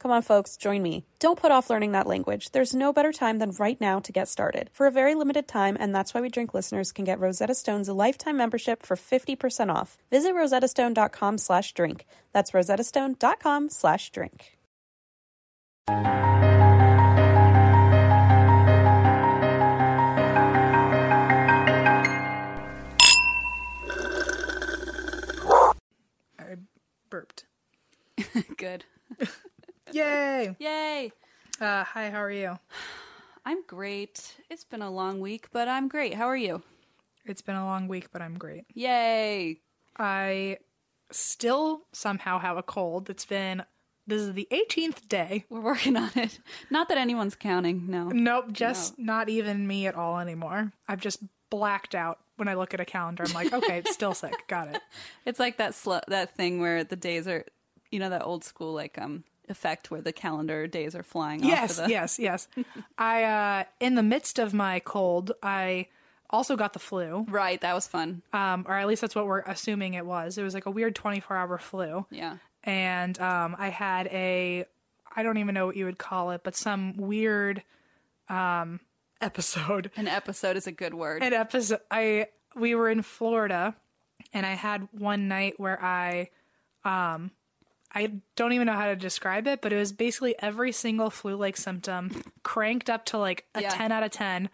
Come on, folks, join me. Don't put off learning that language. There's no better time than right now to get started. For a very limited time, and that's why we drink listeners can get Rosetta Stone's lifetime membership for 50% off. Visit rosettastone.com slash drink. That's rosettastone.com slash drink. I burped. Good. Yay! Yay! Uh, hi, how are you? I'm great. It's been a long week, but I'm great. How are you? It's been a long week, but I'm great. Yay! I still somehow have a cold. It's been this is the 18th day. We're working on it. Not that anyone's counting, no. Nope, just not even me at all anymore. I've just blacked out when I look at a calendar. I'm like, okay, it's still sick. Got it. It's like that slow, that thing where the days are, you know, that old school like um effect where the calendar days are flying Yes, off. Of the, yes, yes. I uh in the midst of my cold, I also got the flu. Right, that was fun. Um or at least that's what we're assuming it was. It was like a weird 24-hour flu. Yeah. and um, I had a I don't even know what you would call it, but some weird um, episode. An episode is a good word. An episode. I we were in Florida, and I had one night where I um, I don't even know how to describe it, but it was basically every single flu-like symptom cranked up to like a Yeah. ten out of ten,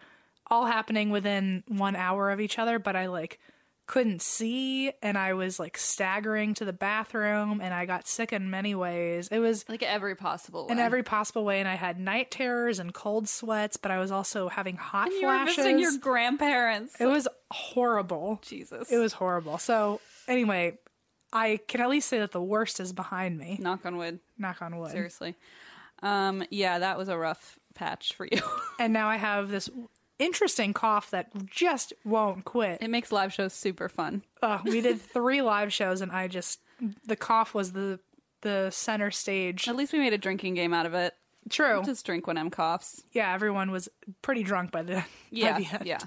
all happening within one hour of each other. But I like couldn't see and i was like staggering to the bathroom and i got sick in many ways it was like every possible way. in every possible way and i had night terrors and cold sweats but i was also having hot you were flashes visiting your grandparents. it was horrible Jesus. it was horrible so anyway i can at least say that the worst is behind me knock on wood. knock on wood Seriously. Um yeah, that was a rough patch for you. and now i have this interesting cough that just won't quit it makes live shows super fun. Ugh, we did three live shows and i just the cough was the the center stage At least we made a drinking game out of it. true Just drink when M coughs. yeah everyone was pretty drunk by the Yeah. by the end. Yeah.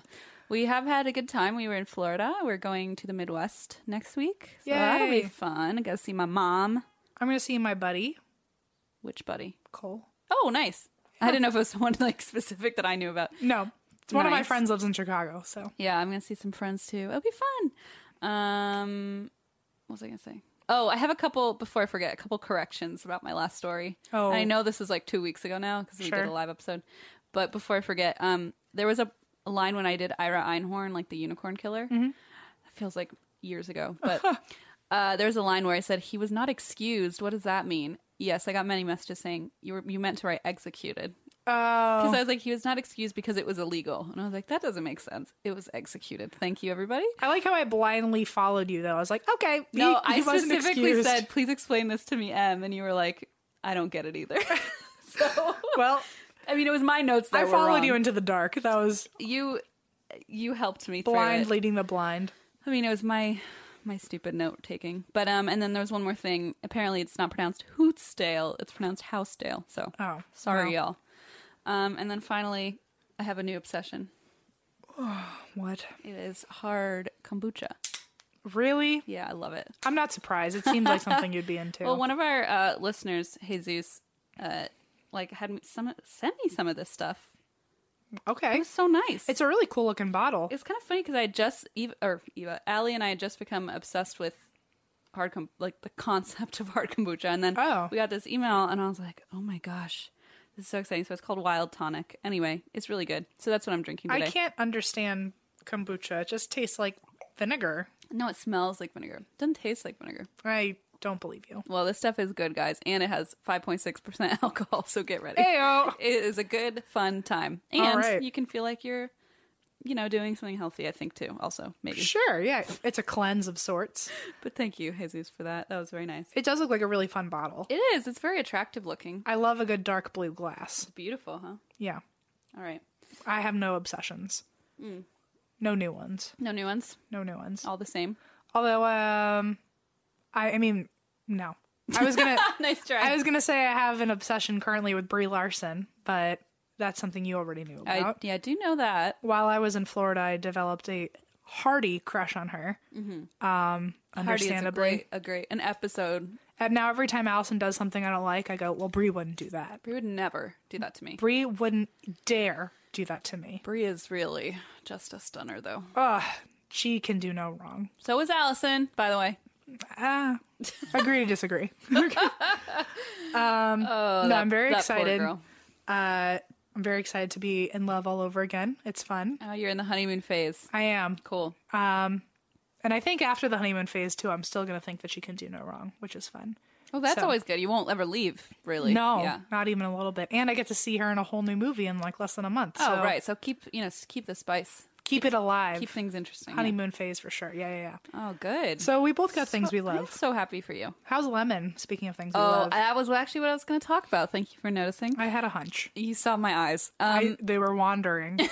We have had a good time. We were in Florida. We're going to the Midwest next week. So that'll be Yay. fun. I gotta see my mom. i'm gonna see my buddy Which buddy? cole Oh, nice. I didn't know if it was someone like specific that I knew about. No. It's one of my Nice. friends lives in Chicago, so Yeah, I'm gonna see some friends too. It'll be fun. Um, what was I gonna say? Oh, I have a couple before I forget. A couple corrections about my last story. Oh. I know this was like two weeks ago now because we Sure. did a live episode. But before I forget, um, there was a, a line when I did Ira Einhorn, like the unicorn killer. Mm-hmm. That feels like years ago, but uh, there was a line where I said he was not excused. What does that mean? Yes, I got many messages saying you were you meant to write executed. Uh, Because I was like, he was not excused because it was illegal. And I was like, that doesn't make sense. It was executed. Thank you, everybody. I like how I blindly followed you though. I was like, okay, he- No, he I wasn't specifically excused. said, please explain this to me, M. And you were like, I don't get it either. so, Well, I mean, it was my notes that I were followed wrong. you into the dark. That was you. You helped me through it. blind leading the blind. I mean, it was my my stupid note taking. But um, and then there was one more thing. Apparently, it's not pronounced Hootsdale. It's pronounced Housedale. So, Oh, sorry, well. y'all. Um, and then finally, I have a new obsession. What? It is hard kombucha. Really? Yeah, I love it. I'm not surprised. It seemed like something you'd be into. Well, one of our uh, listeners, Jesus, uh, like had me some sent me some of this stuff. okay. It's so nice. It's a really cool looking bottle. it's kind of funny because I had just Eva or Eva Allie and I had just become obsessed with hard com- like the concept of hard kombucha, and then Oh. we got this email, and I was like, oh my gosh, this is so exciting. So it's called Wild Tonic. Anyway, it's really good. So that's what I'm drinking today. I can't understand kombucha. It just tastes like vinegar. No, it smells like vinegar. doesn't taste like vinegar. I don't believe you. Well, this stuff is good, guys, and it has 5.6% alcohol, so get ready. Heyo. It is a good, fun time. All And right. you can feel like you're, you know, doing something healthy, I think, too, also, maybe. Sure, yeah. It's a cleanse of sorts. But thank you, Jesus, for that. That was very nice. It does look like a really fun bottle. It is. It's very attractive looking. I love a good dark blue glass. Beautiful, huh? Yeah. All right. I have no obsessions. Mm. No new ones. No new ones. No new ones. All the same. Although, um, I, I mean, no. I was gonna, nice try. I was gonna say I have an obsession currently with Brie Larson, but that's something you already knew about. I, yeah, I do know that. While I was in Florida, I developed a hearty crush on her. Um, Hardy Mm-hmm. is a understandably. great, a great, an episode. And now every time Allison does something I don't like, I go, "Well, Brie wouldn't do that. Brie would never do that to me. Brie wouldn't dare do that to me. Brie is really just a stunner, though. Ugh, she can do no wrong." So is Allison, by the way. Ah, agree to disagree. um, no, I'm very Oh, That poor excited. girl. Uh, I'm very excited to be in love all over again. It's fun. Oh, you're in the honeymoon phase. I am. Cool. And I think after the honeymoon phase too, I'm still gonna think that she can do no wrong, which is fun. Well, that's So- always good. You won't ever leave, really. No, Yeah. not even a little bit. And I get to see her in a whole new movie in like less than a month. Oh, so right. So keep you know s- keep the spice, Keep it alive. keep things interesting. yeah. honeymoon phase for sure. Yeah, yeah, yeah. Oh, good. So we both got things we I'm love. so happy for you. How's lemon? Speaking of things we Oh, love, I, that was actually what I was going to talk about. Thank you for noticing. had a hunch. You saw my eyes. Um, I, they were wandering. it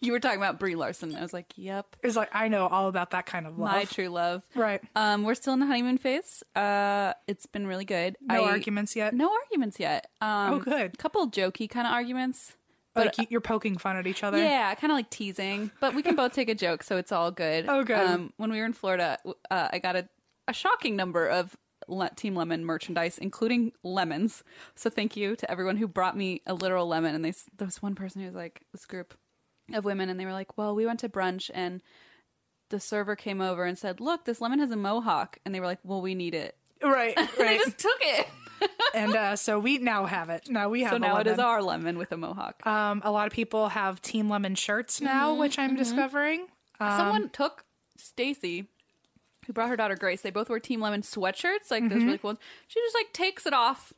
you were talking about Brie Larson. I was like, "Yep, was like I know all about that kind of love. my true love." right. Um, we're still in the honeymoon phase. Uh, it's been really good. No I- arguments yet. No arguments yet. Um, Oh, good. Couple jokey kind of arguments. like you- you're poking fun at each other. Yeah, kind of like teasing, but we can both take a joke, so it's all good. Oh, good. Um, when we were in Florida, w- uh, I got a, a shocking number of Le- Team Lemon merchandise, including lemons. So thank you to everyone who brought me a literal lemon. And they, s- there was one person who was like this group of women, and they were like, "Well, we went to brunch and." The server came over and said, "Look, this lemon has a mohawk," and they were like, "Well, we need it." Right. Right. They just took it, and uh, so we now have it. Now we have. so a now it is lemon. our lemon with a mohawk. Um, a lot of people have Team Lemon shirts now, Mm-hmm, which I'm discovering. Um, Someone took Stacy, who brought her daughter Grace. They both wear Team Lemon sweatshirts, like Mm-hmm. those really cool. ones. She just like takes it off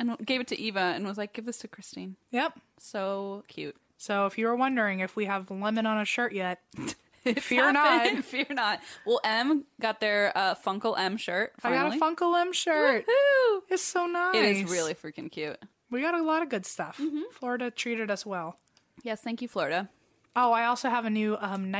and gave it to Eva and was like, "Give this to Christine." yep. So cute. So if you were wondering if we have lemon on a shirt yet, fear Happened. not. fear not. Well, M got their uh, Funkle M shirt. I Finally. got a Funko Lemon shirt. Woohoo! It's so nice. It is really Mm-hmm. freaking cute. We got a lot of good stuff. Florida treated us well. Yes, thank you, Florida. Oh, I also have a new um,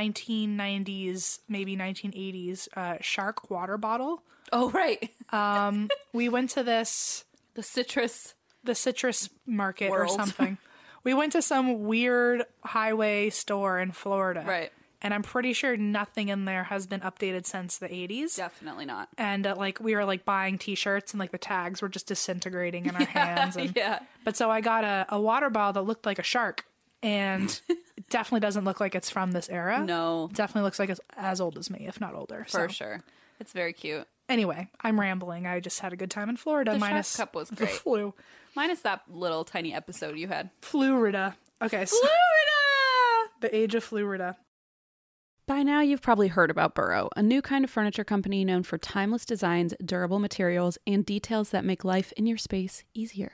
1990s, maybe 1980s uh, shark water bottle. Oh right, Um, we went to this the citrus. the citrus market World. or something. we went to some weird highway store in Florida. Right. And I'm pretty sure nothing in there has been updated since the 80s. Definitely not. And uh, like we were like buying t-shirts and like the tags were just disintegrating in our hands. And, Yeah. But so I got a, a water bottle that looked like a shark and it definitely doesn't look like it's from this era. No, Definitely looks like it's as old as me, if not older. for so sure. It's very cute. anyway, I'm rambling. I just had a good time in Florida. The shark minus cup was the great. flu. Minus that little tiny episode you had. Florida. Okay, so Florida. the age of Florida. By now, you've probably heard about Burrow, a new kind of furniture company known for timeless designs, durable materials, and details that make life in your space easier.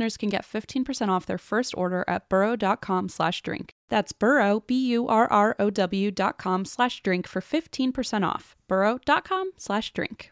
can get 15% off their first order at burrow.com slash drink. That's burrow, B-U-R-R-O-W dot com slash drink for 15% off. burrow.com slash drink.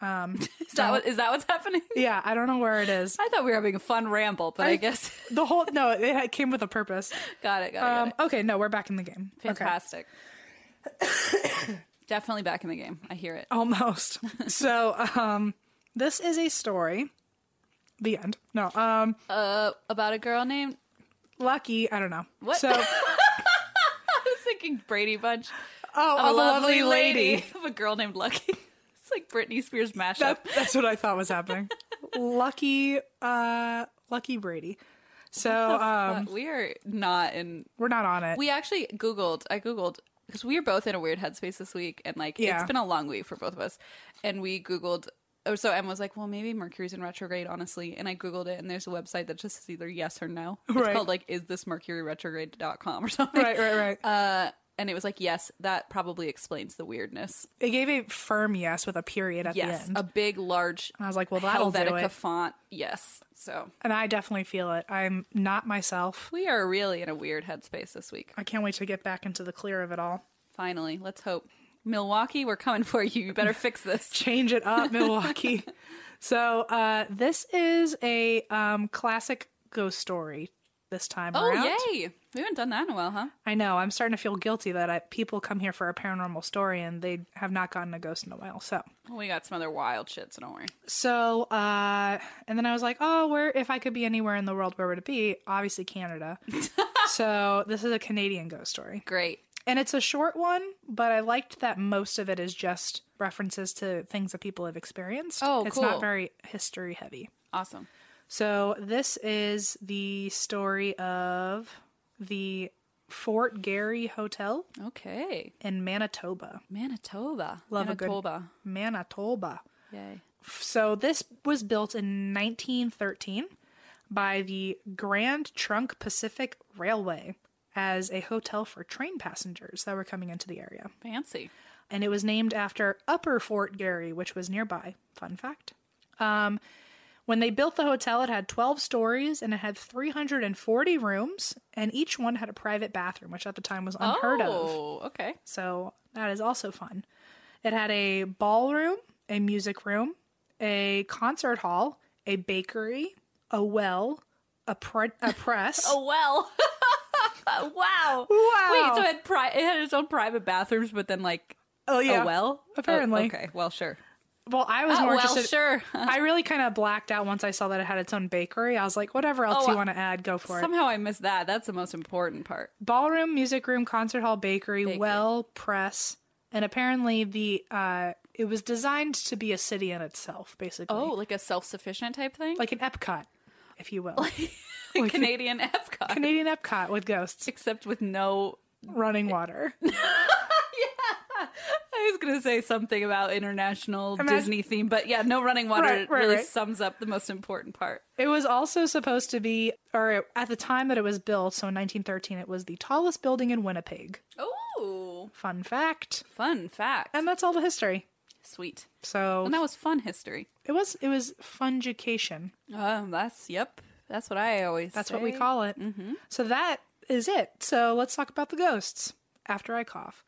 Um, Is that, what, is that what's happening? yeah, I don't know where it is. I thought we were having a fun ramble, but I, guess The whole no, it had- came with a purpose. got it. Got it. got Um, it. okay, no, we're back in the game. Okay. Fantastic. Definitely back in the game. I hear it. almost so um this is a story the end no um Uh, about a girl named lucky i don't know What? so oh I was thinking Brady Bunch. of a, oh, lovely, lady, of a girl named Lucky. It's like Britney Spears mashup. That, that's what i thought was happening lucky uh lucky brady so um But Uh, we are not in. we're not on it We actually googled. I googled because we were both in a weird headspace this week, and like Yeah. it's been a long week for both of us. And we googled. Oh, so Emma was like, "Well, maybe Mercury's in retrograde, honestly." And I googled it, and there's a website that just says either yes or no. It's Right. called like is this Mercury retrograde.com or something. right right right Uh, and it was like, yes, that probably explains the weirdness. it gave a firm yes with a period at Yes, the end a big, large. and i was like well that'll do Helvetica it font. Yes. So and i definitely feel it i'm not myself we are really in a weird headspace this week. i can't wait to get back into the clear of it all Finally, let's hope. Milwaukee, we're coming for you. You better fix this. change it up, Milwaukee. so uh, this is a um, classic ghost story this time Oh, around. yay. We haven't done that in a while, huh? I know. I'm starting to feel guilty that I, people come here for a paranormal story and they have not gotten a ghost in a while. So, Well, we got some other wild shit, so don't worry. so, uh, and then I was like, oh, where if I could be anywhere in the world, where would it be? Obviously, Canada. so this is a Canadian ghost story, Great. and it's a short one, but I liked that most of it is just references to things that people have experienced. Oh, it's cool. not very history heavy. Awesome. So this is the story of the Fort Garry Hotel Okay. in Manitoba. Manitoba. Love a good- Manitoba. Manitoba. Yay. So this was built in 1913 by the Grand Trunk Pacific Railway as a hotel for train passengers that were coming into the area. Fancy. and it was named after Upper Fort Garry, which was nearby. Fun fact. Um, when they built the hotel, it had 12 stories and it had 340 rooms, and each one had a private bathroom, which at the time was unheard of. oh, okay. So that is also fun. It had a ballroom, a music room, a concert hall, a bakery, a well, a, pre- a press. Oh, well. wow. Wait, Wow. so it had, pri- it had its own private bathrooms, but then, like, Oh, a well? Apparently. okay, well, sure. Well, I was Oh, more well, interested. sure. I really kind of blacked out once I saw that it had its own bakery. I was like, whatever else Oh, you want to add, go for it. Somehow I missed that. That's the most important part. Ballroom, music room, concert hall, bakery, Bakery. well, press, and apparently the uh, it was designed to be a city in itself, basically. Oh, like a self sufficient type thing? like an Epcot, if you will, Like Canadian Epcot. Canadian Epcot with ghosts except with no. running water. I was going to say something about international Imagine- Disney theme, but yeah, no running water Right, right, really right. sums up the most important part. It was also supposed to be, or it- at the time that it was built, so in 1913, it was the tallest building in Winnipeg. Oh, Fun fact. fun fact. And that's all the history. Sweet. So And that was fun history. it was it was fungication. Um, that's yep. That's what I always. That's what we call it. Mm-hmm. So that is it. So let's talk about the ghosts. After I cough.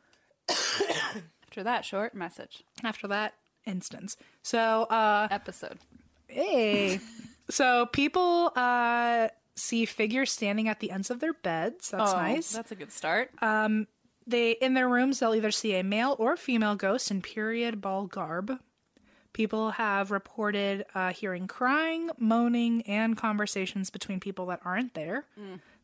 after that short message After that instance. So uh episode. Hey. so people uh see figures standing at the ends of their beds. Oh, That's Oh, nice. Uh, That's a good start. They in their rooms they'll either see a male or female ghost in period ball garb. People have reported uh, hearing crying, moaning, and conversations between people that aren't there.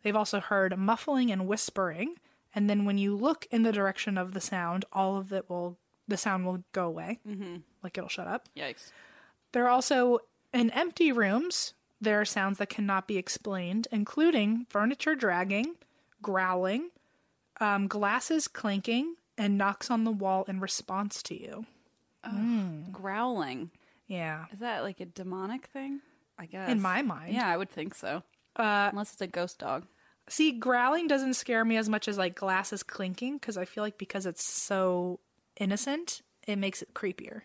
They've also heard muffling and whispering, and then when you look in the direction of the sound, all of it will the sound will go away, mm-hmm. like it'll shut up. Yikes. There are also in empty rooms, there are sounds that cannot be explained, including furniture dragging, growling, um, glasses clinking, and knocks on the wall in response to you. Growling. Yeah. Is that like a demonic thing? I guess. In my mind. Yeah, I would think so. Uh, Unless it's a ghost dog. see, growling doesn't scare me as much as like glasses clinking because I feel like because it's so innocent, it makes it creepier.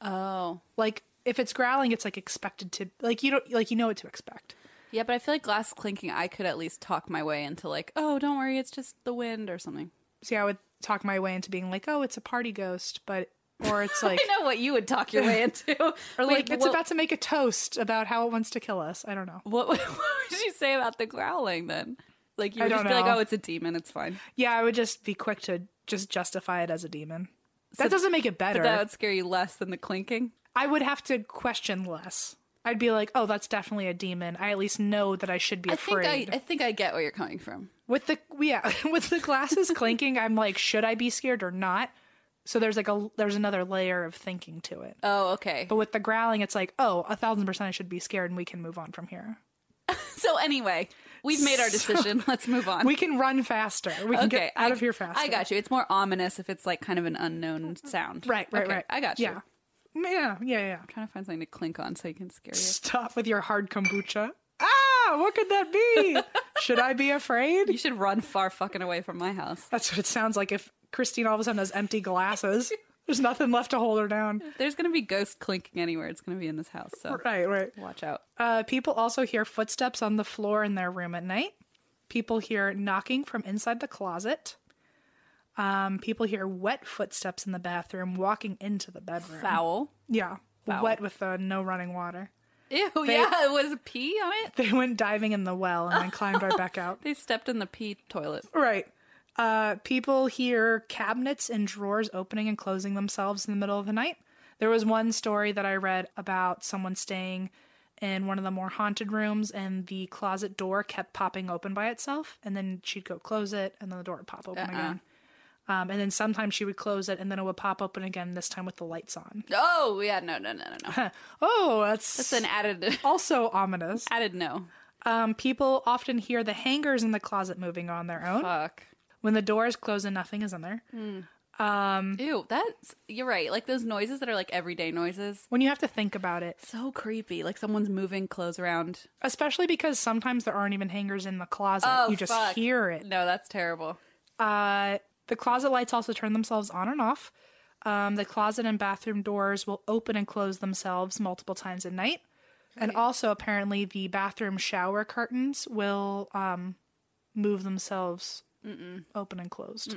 Oh. Like if it's growling, it's like expected to like you don't like you know what to expect. Yeah, but I feel like glass clinking, I could at least talk my way into like, oh, don't worry, it's just the wind or something. See, I would talk my way into being like, oh, it's a party ghost, but or it's like I know what you would talk your way into. Or like it's what, about to make a toast about how it wants to kill us. I don't know. What, what would you say about the growling then? Like you I would just don't be like, know. oh, it's a demon, it's fine. Yeah, I would just be quick to just justify it as a demon. That doesn't make it better. But that would scare you less than the clinking. I would have to question less. I'd be like, "Oh, that's definitely a demon. I at least know that I should be I think afraid." I, I think I get where you're coming from. with the yeah, with the glasses clinking, I'm like, "Should I be scared or not?" So there's like a there's another layer of thinking to it. Oh, okay. But with the growling, it's like, "Oh, a thousand percent, I should be scared, and we can move on from here. So anyway, we've made our decision. Let's move on. We can run faster. We can okay, get out I- of here faster." I got you. It's more ominous if it's like kind of an unknown sound. Right, right, Okay, right. I got you. Yeah, yeah, yeah, yeah. trying to find something to clink on so you can scare you. Stop with your hard kombucha. Ah, what could that be? Should I be You afraid? should run far fucking away from my house. That's what it sounds like if Christine all of a sudden has empty glasses. There's nothing left to hold her down. If there's gonna be ghosts clinking anywhere, it's gonna be in this house. So Right, right. watch out. Uh, people also hear footsteps on the floor in their room at night. People hear knocking from inside the closet. Um, people hear wet footsteps in the bathroom walking into the bedroom. Foul. Yeah. Wet with the no running water. Ew. yeah, it was pee on it. They went diving in the well and then climbed right back out. They stepped in the pee toilet. Right. Uh, people hear cabinets and drawers opening and closing themselves in the middle of the night. There was one story that I read about someone staying in one of the more haunted rooms, and the closet door kept popping open by itself, and then she'd go close it, and then the door would pop open again. Um, and then sometimes she would close it, and then it would pop open again, this time with the lights on. Oh yeah, no, no, no, no, no. Oh, that's, It's an added also ominous. added no. Um, people often hear the hangers in the closet moving on their own. Fuck. When the door is closed and nothing is in there. Mm. Ew, that's you're right. Like those noises that are like everyday noises. when you have to think about it, So creepy. Like someone's moving clothes around. especially because sometimes there aren't even hangers in the closet. Oh, you just fuck. hear it. No, that's terrible. Uh, the closet lights also turn themselves on and off. Um, the closet and bathroom doors will open and close themselves multiple times at night. And also, apparently, the bathroom shower curtains will um, move themselves open and closed.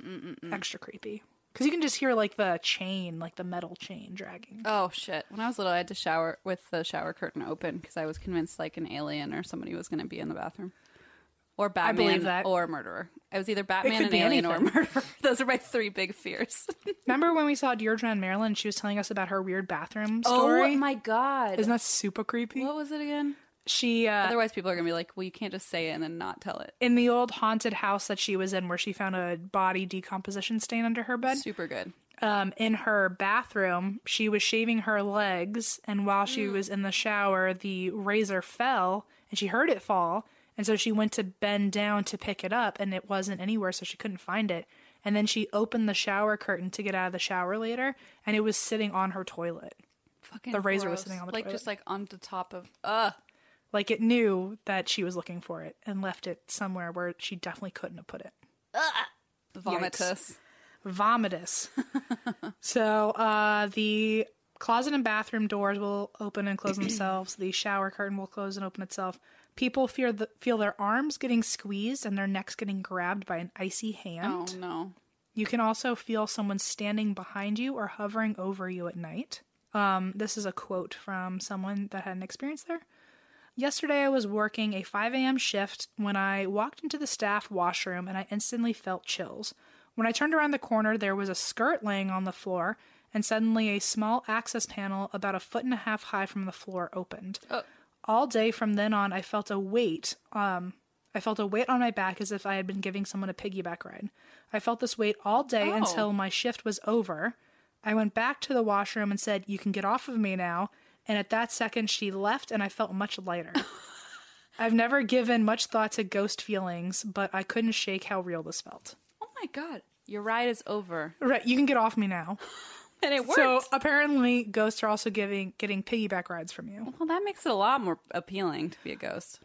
Extra creepy. Because you can just hear like the chain, like the metal chain dragging. Oh shit. When I was little, I had to shower with the shower curtain open because I was convinced like an alien or somebody was going to be in the bathroom. or Batman believe that. or murderer. I was either Batman could and be alien or anything. murderer. Those are my three big fears. Remember when we saw Deirdre in Maryland? She was telling us about her weird bathroom story. Oh my god. Isn't that super creepy? what was it again? She uh, Otherwise people are going to be like, "Well, you can't just say it and then not tell it." in the old haunted house that she was in, where she found a body decomposition stain under her bed. Super good. um, in her bathroom, she was shaving her legs, and while she was in the shower, the razor fell, and she heard it fall, and so she went to bend down to pick it up, and it wasn't anywhere, so she couldn't find it. And then she opened the shower curtain to get out of the shower later, and it was sitting on her toilet. Fucking The razor was gross. sitting on the like toilet. just like on the top of uh Like it knew that she was looking for it and left it somewhere where she definitely couldn't have put it. vomitus. vomitus. so uh, the closet and bathroom doors will open and close themselves. The shower curtain will close and open itself. People fear the, feel their arms getting squeezed and their necks getting grabbed by an icy Oh hand. no. You can also feel someone standing behind you or hovering over you at night. Um, this is a quote from someone that had an experience there. Yesterday, I was working a 5 a.m. shift when I walked into the staff washroom and I instantly felt chills. When I turned around the corner, there was a skirt laying on the floor, and suddenly a small access panel about a foot and a half high from the floor opened. All day from then on, I felt a weight. Um, I felt a weight on my back as if I had been giving someone a piggyback ride. I felt this weight all day Oh. until my shift was over. I went back to the washroom and said, You can get off of me now. And at that second, she left, and I felt much lighter. I've never given much thought to ghost feelings, but I couldn't shake how real this felt. Oh my god. Your ride is over. Right, you can get off me now. And it worked. So apparently, ghosts are also giving getting piggyback rides from you. well, that makes it a lot more appealing to be a ghost.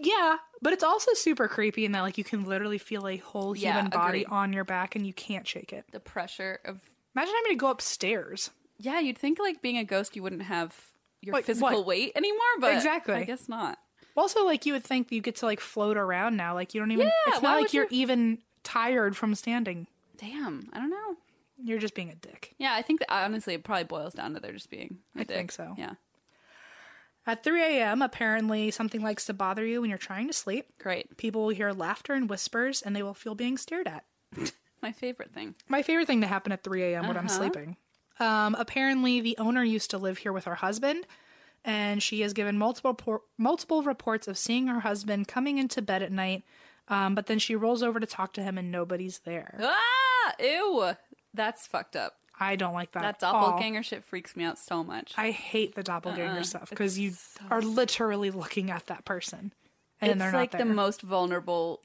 Yeah, but it's also super creepy in that like you can literally feel a whole Yeah, human body agreed. on your back and you can't shake it. The pressure of Imagine having to go upstairs. Yeah, you'd think like being a ghost you wouldn't have your Like, physical what? weight anymore, but Exactly. I guess not. Also, like you would think you get to like float around now. Like you don't even. Yeah, it's why not like would you're you- even tired from standing. Damn, I don't know. You're just being a dick. Yeah, I think that honestly it probably boils down to there just being. I think so. Yeah, At 3 a.m., apparently something likes to bother you when you're trying to sleep. great. People will hear laughter and whispers, and they will feel being stared at. My favorite thing. My favorite thing to happen at 3 a.m. when Uh-huh. I'm sleeping. Um, apparently, the owner used to live here with her husband, and she has given multiple por- multiple reports of seeing her husband coming into bed at night. Um, but then she rolls over to talk to him, and nobody's there. Ah, ew, that's fucked up. I don't like that. That at all. doppelganger Uh-uh. shit freaks me out so much. I hate the doppelganger stuff because you are literally looking at that person, and it's they're not like there. the most vulnerable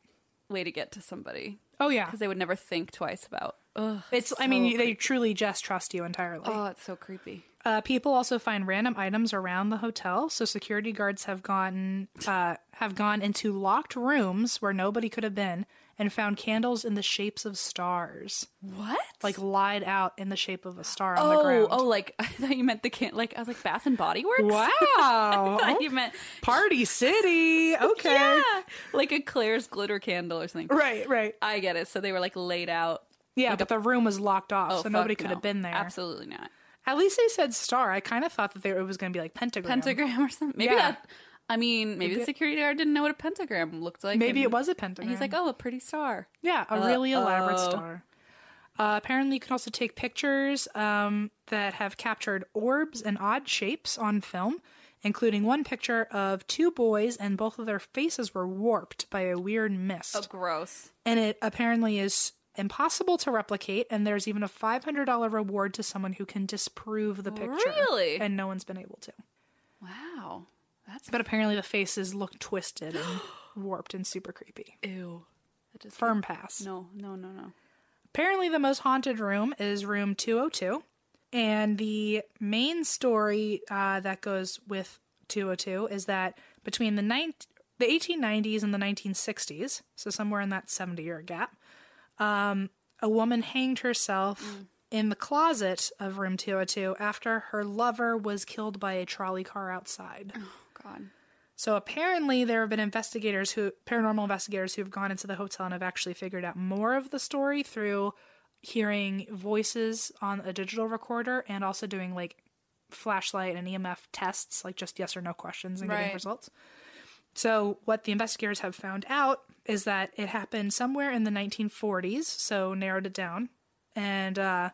way to get to somebody oh yeah, because they would never think twice about. Ugh. it's. I mean, they truly just trust you entirely. Oh, it's so creepy. Uh, people also find random items around the hotel, so security guards have gotten uh, have gone into locked rooms where nobody could have been and found candles in the shapes of stars, What? like lied out in the shape of a star on the oh, ground. oh, like I thought you meant the can. Like I was like Bath and Body Works. wow! I thought you meant Party city. Okay, yeah, like a Claire's glitter candle or something. right, right. I get it. So they were like laid out. Yeah, but the room was locked off, Oh, so nobody fuck could no. have been there. Absolutely not. At least they said star. I kind of thought that they, it was going to be like pentagram. Pentagram or something. Maybe Yeah. that. I mean, maybe the security guard didn't know what a pentagram looked like. Maybe it and- was a And pentagram. he's like, uh, "Oh, a pretty star." Yeah, a really elaborate Uh-oh. star. Uh, apparently, you can also take pictures um, that have captured orbs and odd shapes on film, including one picture of two boys, and both of their faces were warped by a weird mist. gross. And it apparently is impossible to replicate, and there's even a $500 reward to someone who can disprove the picture. Really? And no one's been able to. Wow, that's But apparently, the faces look twisted and warped and super creepy. ew. That just Firm pass. no, no, no, no. Apparently, the most haunted room is room 202. And the main story uh, that goes with 202 is that between the, nine the 1890s and the 1960s, so somewhere in that 70 year gap, um, a woman hanged herself in the closet of room 202 after her lover was killed by a trolley car outside. God. So apparently, there have been investigators who, paranormal investigators, who have gone into the hotel and have actually figured out more of the story through hearing voices on a digital recorder and also doing E like flashlight and EMF tests, like just yes or no questions and getting Right. results. So, what the investigators have found out is that it happened somewhere in the 1940s, so narrowed it down. And uh,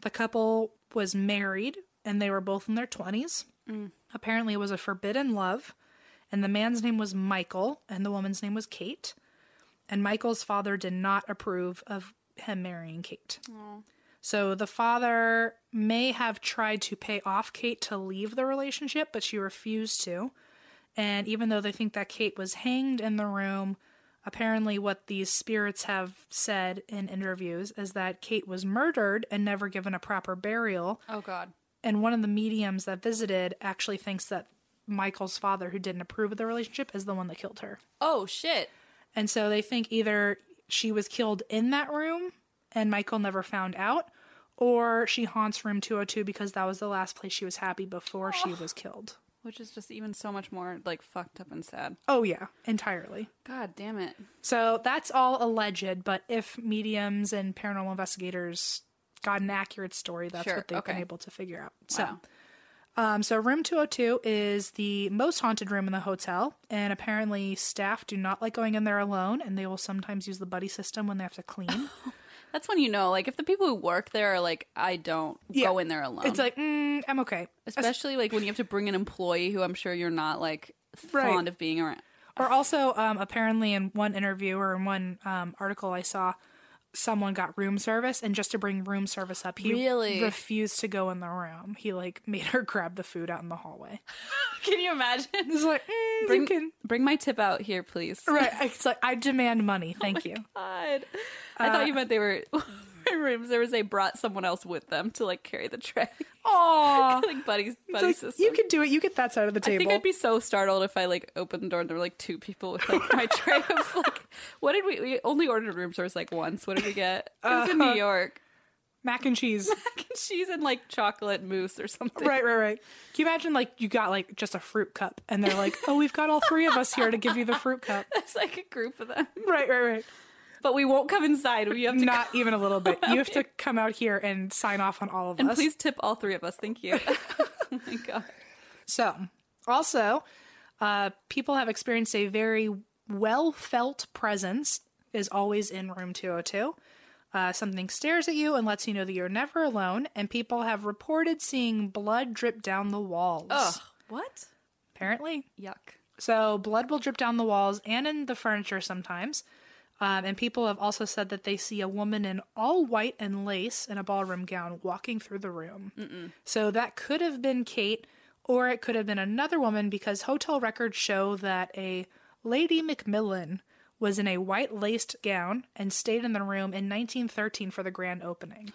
the couple was married and they were both in their 20s. Apparently, it was a forbidden love. And the man's name was Michael and the woman's name was Kate. And Michael's father did not approve of him marrying Kate. So the father may have tried to pay off Kate to leave the relationship, but she refused to. And even though they think that Kate was hanged in the room, apparently what these spirits have said in interviews is that Kate was murdered and never given a proper burial. Oh God. And one of the mediums that visited actually thinks that Michael's father, who didn't approve of the relationship, is the one that killed her. Oh shit. And so they think either she was killed in that room and Michael never found out, or she haunts room 202 because that was the last place she was happy before she was killed. Which is just even so much more like fucked up and sad. Oh, yeah, entirely. God damn it. So that's all alleged, but if mediums and paranormal investigators got an accurate story, that's Sure, what they've been okay. able to figure out. So. Um, so room 202 is the most haunted room in the hotel and apparently staff do not like going in there alone and they will sometimes use the buddy system when they have to clean That's when you know, like, if the people who work there are like, I don't go in there alone. It's like, mm, I'm okay. especially like when you have to bring an employee who I'm sure you're not like Right. fond of being around. Or also, um, apparently, in one interview or in one um, article I saw, someone got room service, and just to bring room service up, he Really? refused to go in the room. He like made her grab the food out in the hallway. Can you imagine? It's like, mm, you Bring, can. bring my tip out here, please. Right, it's like I demand money. Oh Thank you. God. I thought you meant they were room service. They brought someone else with them to like carry the tray, Aw, Oh, like buddies, It's buddy like, system. you can do it. You get that side of the I table. think I'd be so startled if I like opened the door and there were like two people with like my tray of like what did we we only ordered room service like once. What did we get? It was in New York. Mac and cheese. She's in like chocolate mousse or something. right, right, right. Can you imagine like you got like just a fruit cup, and they're like, oh, we've got all three of us here to give you the fruit cup. It's like a group of them. Right, right, right. But we won't come inside. We have to Not even a little bit. You have to come out here and sign off on all of and us. please tip all three of us. Thank you. oh my god. So, also, uh, people have experienced a very well felt presence, is always in room 202. Uh, something stares at you and lets you know that you're never alone, and people have reported seeing blood drip down the walls. Ugh. What? Apparently. Yuck. So, blood will drip down the walls and in the furniture sometimes. Um, and people have also said that they see a woman in all white and lace in a ballroom gown walking through the room. So, that could have been Kate, or it could have been another woman because hotel records show that a Lady Macmillan was in a white laced gown and stayed in the room in 1913 for the grand opening.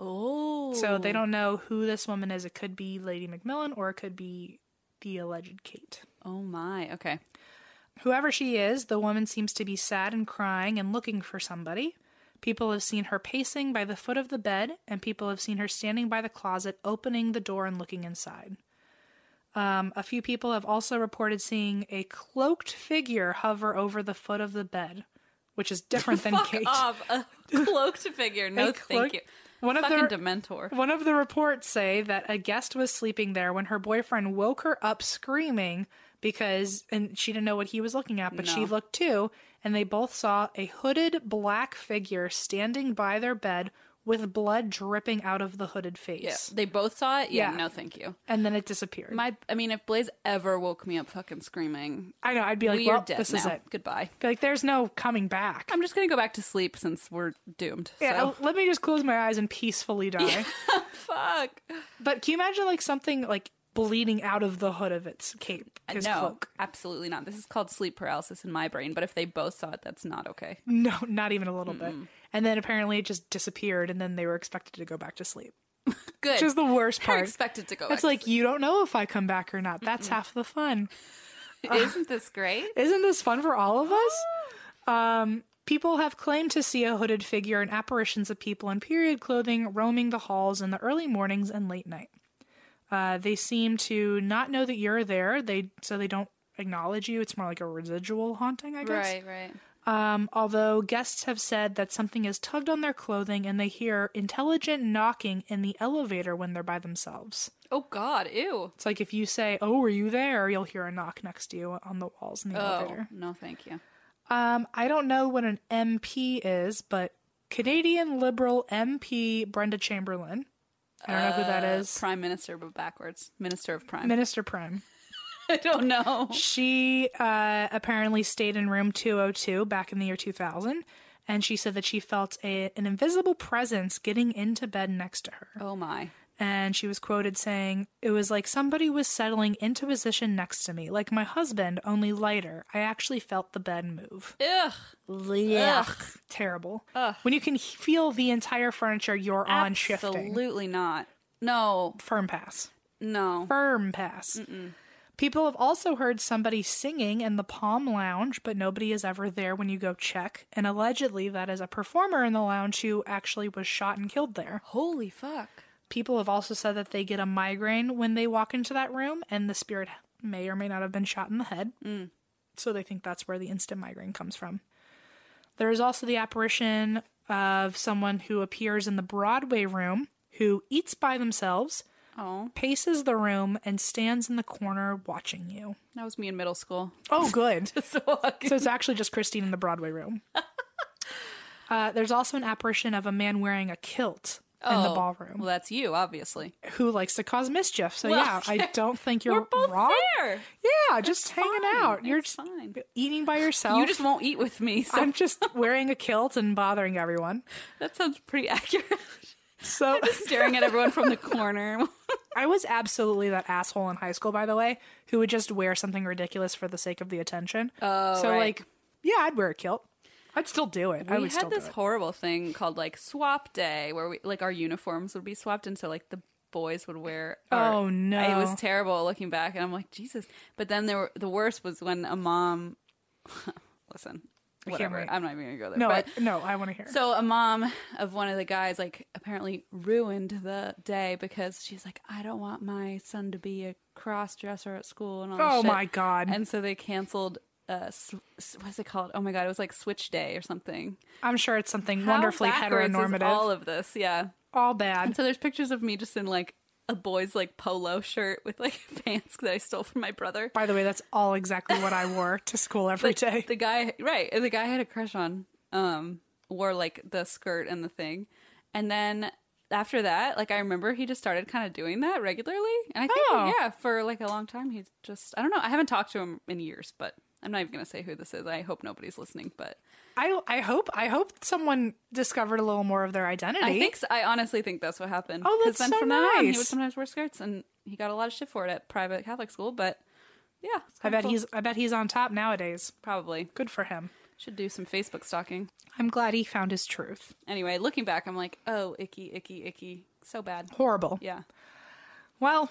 Oh. So, they don't know who this woman is. It could be Lady Macmillan, or it could be the alleged Kate. Oh my. Okay. Whoever she is, the woman seems to be sad and crying and looking for somebody. People have seen her pacing by the foot of the bed, and people have seen her standing by the closet, opening the door and looking inside. Um, a few people have also reported seeing a cloaked figure hover over the foot of the bed, which is different than Fuck Kate. off. A cloaked figure. No, A thank cloak- you. One of Fucking the Dementor. one of the reports say that a guest was sleeping there when her boyfriend woke her up screaming because and she didn't know what he was looking at, but she No. looked too, and they both saw a hooded black figure standing by their bed with blood dripping out of the hooded Yeah. face. They both saw it. Yeah, Yeah. No, thank you. And then it disappeared. My. I mean, if Blaze ever woke me up fucking screaming, I know, I'd be like, we are well, dead this now. is it. Goodbye. Be like, there's no coming back. I'm just gonna go back to sleep since we're doomed. yeah, so. I'll- let me just close my eyes and peacefully die. Fuck. But can you imagine like something like bleeding out of the hood of its cape, his Uh, no, cloak? absolutely not. This is called sleep paralysis in my brain. But if they both saw it, that's not okay. No, not even a little bit. And then apparently it just disappeared, and then they were expected to go back to sleep, Good. which is the worst They're part. expected to go. it's back like you don't know if I come back or not. That's half the fun. to sleep. isn't this great? Isn't this fun for all of us? Um, people have claimed to see a hooded figure and apparitions of people in period clothing roaming the halls in the early mornings and late night. Uh, they seem to not know that you're there. They so they don't acknowledge you. It's more like a residual haunting, I guess. right. Um, although guests have said that something is tugged on their clothing and they hear intelligent knocking in the elevator when they're by themselves. Oh God, ew. It's like if you say, "Oh, were you there?" you'll hear a knock next to you on the walls in the Oh elevator. no, thank you. Um, I don't know what an MP is, but Canadian Liberal MP Brenda Chamberlain. I don't know who that Uh, is. Prime Minister, but backwards. Minister of Prime. Minister Prime. I don't know. She uh, apparently stayed in room 202 back in the year 2000, and she said that she felt a, an invisible presence getting into bed next to her. Oh my. And she was quoted saying, It was like somebody was settling into position next to me, like my husband, only lighter. I actually felt the bed move. Ugh. Ugh. Terrible. When you can he- feel the entire furniture you're on shifting. Absolutely not. No. Firm pass. No. firm pass. People have also heard somebody singing in the Palm Lounge, but nobody is ever there when you go check. And allegedly, that is a performer in the lounge who actually was shot and killed there. Holy fuck. People have also said that they get a migraine when they walk into that room, and the spirit may or may not have been shot in the head. So they think that's where the instant migraine comes from. There is also the apparition of someone who appears in the Broadway room who eats by themselves, Oh, paces the room and stands in the corner watching you. that was me in middle school. Oh, good. So so it's actually just Christine in the Broadway room. Uh, there's also an apparition of a man wearing a kilt in the ballroom Oh, Well, that's you, obviously. who likes to cause mischief. So Well, yeah, I don't think you're We're both wrong. there. Yeah, just hanging Fine. out. You're It's just fine. eating by yourself. You just won't eat with me, so I'm just wearing a kilt and bothering everyone. that sounds pretty accurate. So Staring at everyone from the corner. I was absolutely that asshole in high school, by the way, who would just wear something ridiculous for the sake of the attention. Oh, so right. like, yeah, I'd wear a kilt. I'd still do it. I we would still had this do it. horrible thing called like swap day where we like our uniforms would be swapped and so like the boys would wear our- Oh, no. it was terrible looking back and i'm like jesus but then there were the worst was when a mom listen whatever wait. i'm not even gonna go there no, but I, no, I want to hear. so a mom of one of the guys like apparently ruined the day because she's like i don't want my son to be a cross dresser at school and all this oh shit." my god, and so they canceled uh sw- s- what's it called oh my god it was like switch day or something I'm sure it's something how wonderfully backwards is heteronormative. all All, of this, yeah. bad. And so there's pictures of me just in like a boy's like polo shirt with like pants that I stole from my brother. By the way, that's all exactly what I wore to school every day. The guy, right? The guy I had a crush on. Um, wore like the skirt and the thing, and then after that, like I remember he just started kind of doing that regularly, and I think Oh. yeah, for like a long time he just I don't know. I haven't talked to him in years, but I'm not even gonna say who this is. I hope nobody's listening, but I I hope I hope someone discovered a little more of their identity. I think so. I honestly think that's what happened. Oh, 'Cause that's then so from then on, he nice. would sometimes wear skirts, and he got a lot of shit for it at private Catholic school. But yeah, it's I kinda bet cool. he's I bet he's on top nowadays. probably Good for him. should do some Facebook stalking. I'm glad he found his truth. Anyway, looking back, I'm like, oh, icky, icky, icky, so bad. Horrible. Yeah, Well,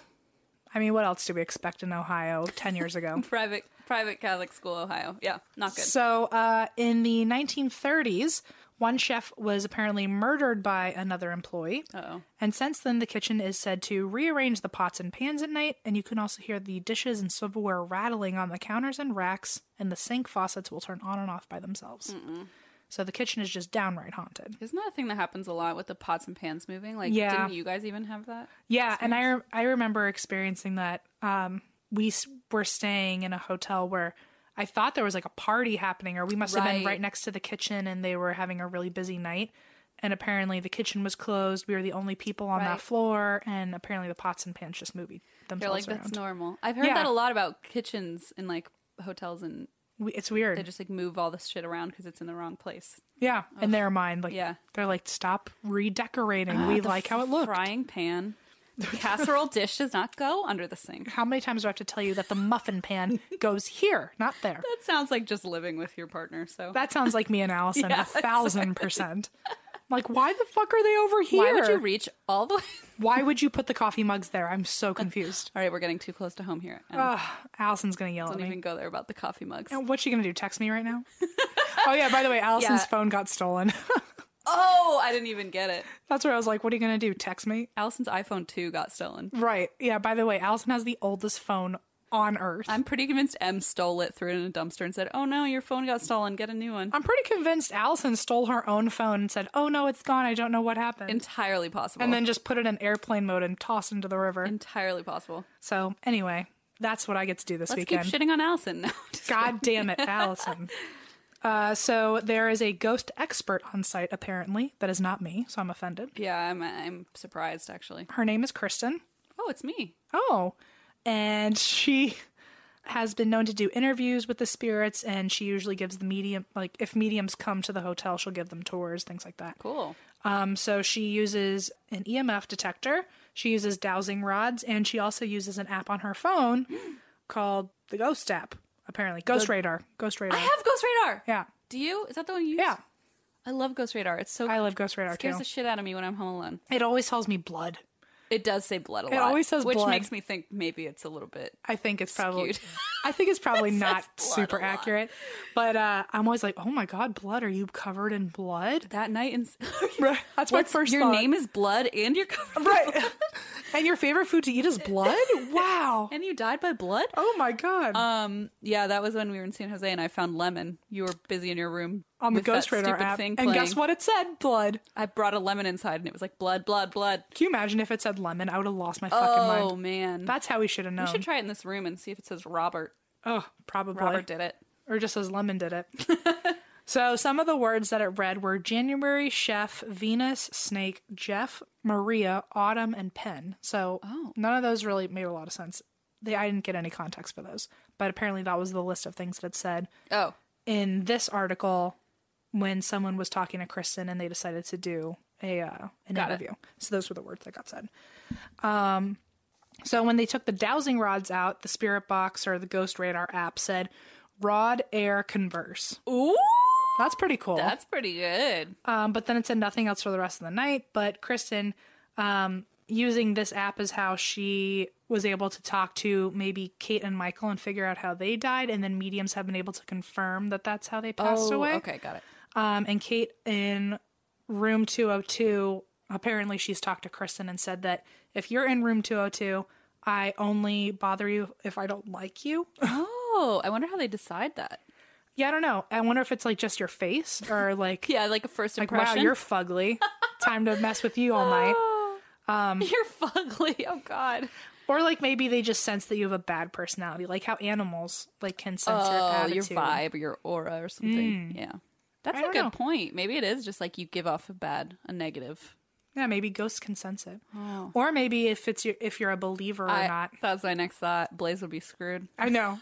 I mean, what else do we expect in Ohio 10 years ago? private private Catholic school, Ohio. Yeah, not good. so, uh, in the 1930s, one chef was apparently murdered by another employee. Uh oh. And since then, the kitchen is said to rearrange the pots and pans at night, and you can also hear the dishes and silverware rattling on the counters and racks, and the sink faucets will turn on and off by themselves. So the kitchen is just downright haunted. Isn't that a thing that happens a lot with the pots and pans moving? Like, Yeah. didn't you guys even have that? Yeah, and I re- I remember experiencing that. Um, we s- were staying in a hotel where I thought there was like a party happening, or we must have been Right. right next to the kitchen, and they were having a really busy night. And apparently, the kitchen was closed. We were the only people on Right. that floor, and apparently, the pots and pans just moved They're like, themselves that's around. normal. I've heard Yeah. that a lot about kitchens in like hotels, and We- it's they weird. just like move all this shit around because it's in the wrong place. yeah, in their mind, like Yeah. Ah, they're like, stop redecorating. we the like how it looked. Frying pan. The casserole dish does not go under the sink. How many times do I have to tell you that the muffin pan goes here, not there? That sounds like just living with your partner. So That sounds like me and Allison Yeah, a thousand percent. Like, why the fuck are they over here? why would you reach all the way? Why would you put the coffee mugs there? I'm so confused. All right, we're getting too close to home here. I Ugh, Allison's gonna yell at don't me. even go there about the coffee mugs. What's she gonna do? Text me right now? oh yeah. By the way, Allison's Yeah. phone got stolen. Oh, I didn't even get it. That's where I was like, what are you gonna do? Text me? Allison's iPhone 2 got stolen. Right. Yeah. By the way, Allison has the oldest phone on Earth. I'm pretty convinced M stole it, threw it in a dumpster, and said, "Oh no, your phone got stolen. Get a new one." I'm pretty convinced Allison stole her own phone and said, "Oh no, it's gone. I don't know what happened." Entirely possible. and then just put it in airplane mode and tossed into the river. entirely possible. so, anyway, that's what I get to do this Let's weekend. keep shitting on Allison now. God damn it, Allison. Uh, so there is a ghost expert on site apparently that is not me, so I'm offended. yeah, I'm I'm surprised actually. Her name is Kristen. Oh, it's me. Oh, and she has been known to do interviews with the spirits, and she usually gives the medium like if mediums come to the hotel, she'll give them tours, things like that. Cool. Um, so she uses an EMF detector, she uses dowsing rods, and she also uses an app on her phone called the Ghost app. Apparently, Ghost Radar. Ghost Radar. I have Ghost Radar. yeah, Do you? Is that the one you? Use? yeah. I love Ghost Radar. It's so I love Ghost Radar scares too. the shit out of me when I'm home alone. it always tells me blood. It does say blood a lot. always says which blood. makes me think maybe it's a little bit. I think it's probably. Skewed. I think it's probably not blood super a lot. accurate, but uh, I'm always like, "Oh my god, blood! Are you covered in blood?" That night in Right. That's my What's- first Your thought. name is Blood, and you're covered. right. and your favorite food to eat is blood? Wow! And you died by blood. Oh my god! Um, yeah, that was when we were in San Jose, and I found Lemon. You were busy in your room On the with that Ghost Radar stupid app, thing and guess playing. what? It said blood. I brought a lemon inside, and it was like blood, blood, blood. Can you imagine if it said lemon? I would have lost my fucking Oh mind. man, That's how we should have known. we should try it in this room and see if it says Robert. oh, probably. Robert did it. or just as Lemon did it. so some of the words that it read were January, Chef, Venus, Snake, Jeff, Maria, Autumn, and Pen. So Oh. none of those really made a lot of sense. They, I didn't get any context for those, but apparently that was the list of things that it said Oh, in this article when someone was talking to Kristen and they decided to do a uh, an Got it. interview. So those were the words that got said. Um, so when they took the dowsing rods out, the spirit box or the ghost radar app said rod air converse. ooh, That's pretty cool. that's pretty good. Um, but then it said nothing else for the rest of the night. But Kristen, um, using this app is how she was able to talk to maybe Kate and Michael and figure out how they died. And then mediums have been able to confirm that that's how they passed Oh, away. okay, got it. Um, and Kate in room 202, apparently she's talked to Kristen and said that if you're in room 202, I only bother you if I don't like you. Oh, I wonder how they decide that. yeah, I don't know. I wonder if it's like just your face or like, Yeah, like a first like impression. wow, you're fugly. Time to mess with you all night. you're fugly. Oh God. Or like maybe they just sense that you have a bad personality, like how animals like can sense your oh, attitude. your vibe or your aura or something. Yeah. Hmm. That's I a don't good know. point. Maybe it is just like you give off a bad, a negative. Yeah, maybe ghosts can sense it. Or maybe if it's your, if you're a believer or Oh. I- not. That was my next thought. Blaze would be screwed. I know.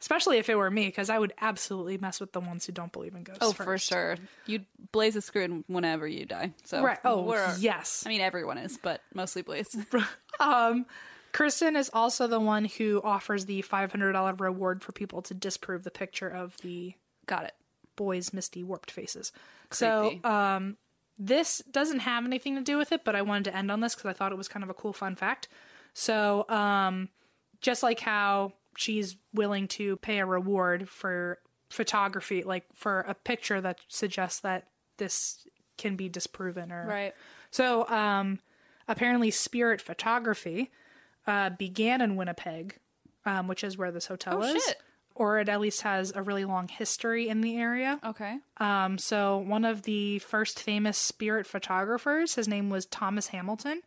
Especially if it were me, because I would absolutely mess with the ones who don't believe in ghosts. Oh, first. for sure. You Blaze is screwed whenever you die. So Right. Oh, we're- yes. I mean, everyone is, but mostly Blaze. Um, Kristen is also the one who offers the $500 reward for people to disprove the picture of the Got it. boys' misty warped faces. So, Creepy. um, this doesn't have anything to do with it, but I wanted to end on this because I thought it was kind of a cool fun fact. So, um, just like how she's willing to pay a reward for photography, like for a picture that suggests that this can be disproven or Right. so um, apparently, spirit photography uh, began in Winnipeg, um, which is where this hotel Oh, is, shit. or it at least has a really long history in the area. Okay. Um, so one of the first famous spirit photographers, his name was Thomas Hamilton,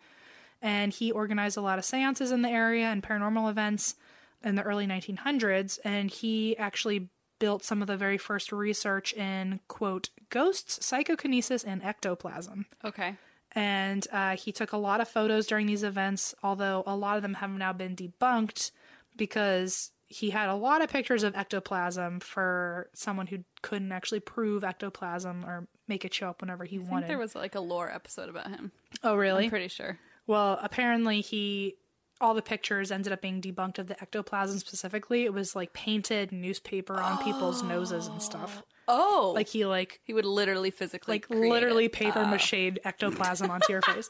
and he organized a lot of seances in the area and paranormal events in the early 1900s. And he actually built some of the very first research in quote ghosts, psychokinesis, and ectoplasm Okay. and uh, he took a lot of photos during these events although a lot of them have now been debunked because he had a lot of pictures of ectoplasm for someone who couldn't actually prove ectoplasm or make it show up whenever he I think wanted there was like a lore episode about him. oh really I'm pretty sure. well apparently he all the pictures ended up being debunked of the ectoplasm specifically it was like painted newspaper on people's noses and stuff Oh, like he like he would literally physically like create it. literally paper mache ectoplasm onto your face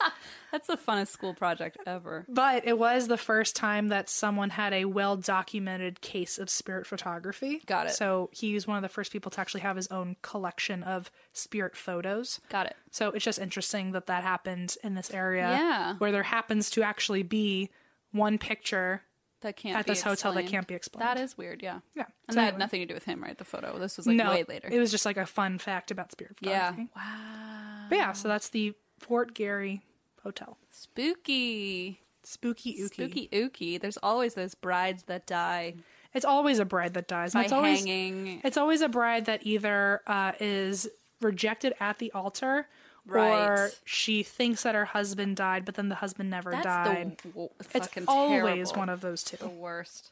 That's the funnest school project ever. But it was the first time that someone had a well documented case of spirit photography. Got it. So he was one of the first people to actually have his own collection of spirit photos. Got it. So it's just interesting that that happened in this area Yeah. where there happens to actually be one picture That can't at be this hotel that explained. can't be explained. That is weird, yeah. yeah. And So that had anyway. nothing to do with him, right? The photo. This was like no, way later. It was just like a fun fact about Spirit of yeah. Oh. Photography. Wow. But yeah, so that's the Fort Gary Hotel. Spooky. Spooky ooky. Spooky ooky. There's always those brides that die It's always a bride that dies. and by Mm-hmm. it's always hanging. it's always a bride that either uh, is rejected at the altar or Right. she thinks that her husband died, but then the husband never That's died. the w- it's fucking always terrible. Oh. one of those two. the worst.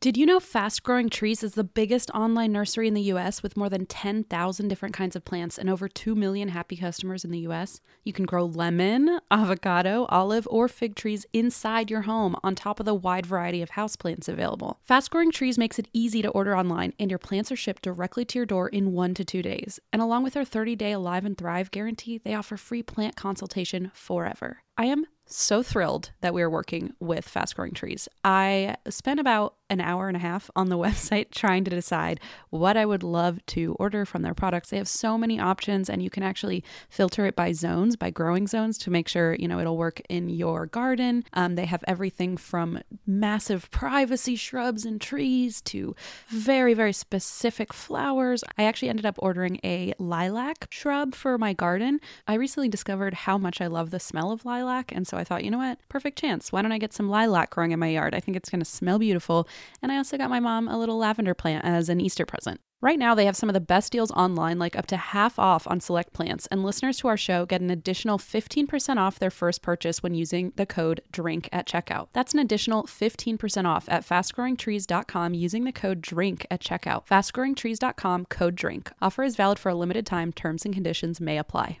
Did you know Fast Growing Trees is the biggest online nursery in the US with more than 10,000 different kinds of plants and over 2 million happy customers in the US? You can grow lemon, avocado, olive, or fig trees inside your home on top of the wide variety of houseplants available. Fast Growing Trees makes it easy to order online and your plants are shipped directly to your door in 1 to 2 days. And along with their 30-day Alive and Thrive guarantee, they offer free plant consultation forever. I am so thrilled that we are working with fast growing trees. I spent about an hour and a half on the website trying to decide what I would love to order from their products. They have so many options and you can actually filter it by zones, by growing zones to make sure, you know, it'll work in your garden. Um, they have everything from massive privacy shrubs and trees to very, very specific flowers. I actually ended up ordering a lilac shrub for my garden. I recently discovered how much I love the smell of lilac, and so I thought, you know what? Perfect chance. Why don't I get some lilac growing in my yard? I think it's going to smell beautiful. And I also got my mom a little lavender plant as an Easter present. Right now, they have some of the best deals online, like up to half off on select plants, and listeners to our show get an additional 15% off their first purchase when using the code DRINK at checkout. That's an additional 15% off at fastgrowingtrees.com using the code DRINK at checkout. Fastgrowingtrees.com code DRINK. Offer is valid for a limited time, terms and conditions may apply.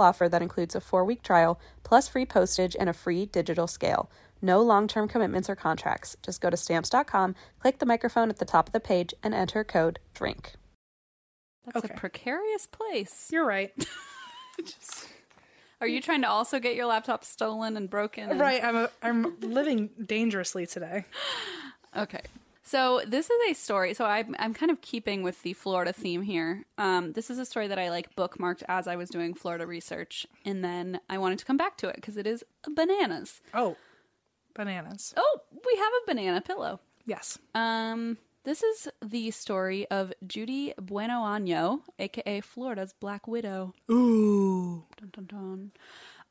offer that includes a four week trial, plus free postage and a free digital scale. No long term commitments or contracts. Just go to stamps.com, click the microphone at the top of the page, and enter code DRINK. That's Okay. a precarious place. You're right. Are you trying to also get your laptop stolen and broken? and- Right. I'm a, I'm living dangerously today. Okay. So this is a story. So I'm I'm kind of keeping with the Florida theme here. Um, this is a story that I like bookmarked as I was doing Florida research, and then I wanted to come back to it because it is bananas. Oh, bananas. Oh, we have a banana pillow. Yes. Um, this is the story of Judy Bueno Año, aka Florida's Black Widow. Ooh. Dun, dun, dun.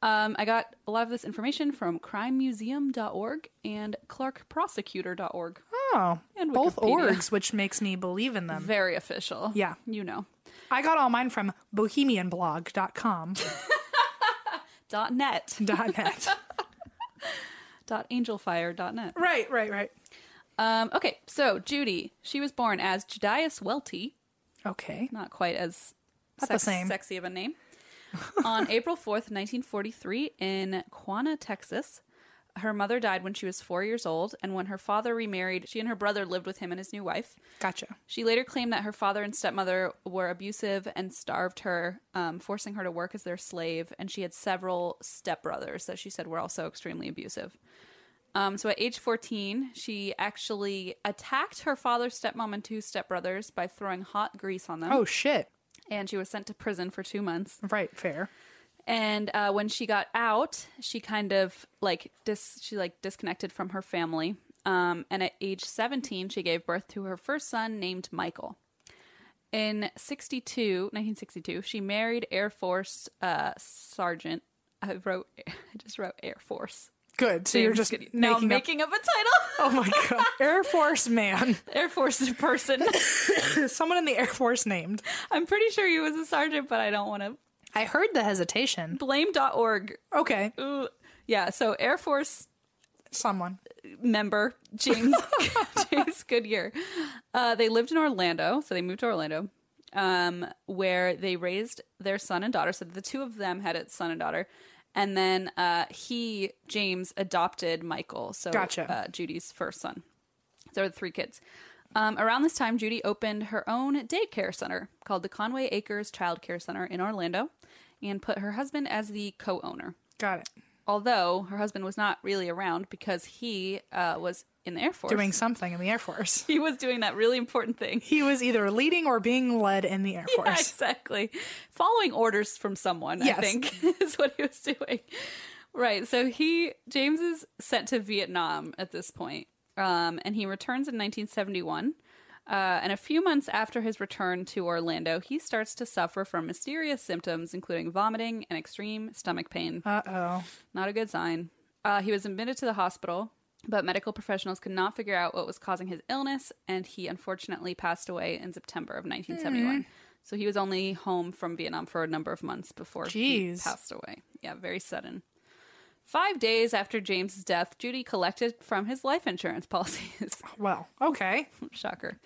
Um, I got a lot of this information from crimemuseum.org and clarkprosecutor.org. Oh. And both Wikipedia. orgs, which makes me believe in them. Very official. Yeah. You know. I got all mine from bohemianblog.com. Dot net. dot net. Dot angelfire. Dot net. right, right, right. Um, okay, so Judy, she was born as Judias Welty, Okay. not quite as Not the same. sexy of a name, on April 4th, 1943, in Quanah, Texas. Her mother died when she was four years old, and when her father remarried, she and her brother lived with him and his new wife. Gotcha. She later claimed that her father and stepmother were abusive and starved her, um, forcing her to work as their slave. And she had several stepbrothers that she said were also extremely abusive. Um, so at age 14, she actually attacked her father's stepmom and two stepbrothers by throwing hot grease on them. Oh, shit. And she was sent to prison for two months. Right, fair. And uh, when she got out, she kind of like dis- she like disconnected from her family. Um, and at age 17, she gave birth to her first son named Michael. In 62, 1962, she married Air Force uh, Sergeant. I wrote, I just wrote Air Force. Good. So you're just Now I'm making up- making up a title. Oh my god, Air Force man. Air Force person. Someone in the Air Force named. I'm pretty sure he was a sergeant, but I don't want to I heard the hesitation. blame.org. Okay, Ooh. Yeah, so Air Force someone. member James James Goodyear. Uh, they lived in Orlando, so they moved to Orlando, um, where they raised their son and daughter. So the two of them had a son and daughter, and then uh, he James adopted Michael, so Gotcha. uh, Judy's first son. So there were three kids. Um, around this time, Judy opened her own daycare center called the Conway Acres Child Care Center in Orlando, and put her husband as the co-owner Got it. although her husband was not really around because he uh, was in the Air Force. Doing something in the Air Force. he was doing that really important thing. He was either leading or being led in the Air Yeah, Force. exactly. Following orders from someone, Yes. I think, is what he was doing. Right. So he, James is sent to Vietnam at this point, um, and he returns in 1971. Uh, and a few months after his return to Orlando, he starts to suffer from mysterious symptoms, including vomiting and extreme stomach pain. Uh oh. Not a good sign. Uh, he was admitted to the hospital, but medical professionals could not figure out what was causing his illness, and he unfortunately passed away in September of Hmm. 1971. So he was only home from Vietnam for a number of months before he Jeez. passed away. Yeah, very sudden. Five days after James's death, Judy collected from his life insurance policies. Oh, Well, okay. Shocker.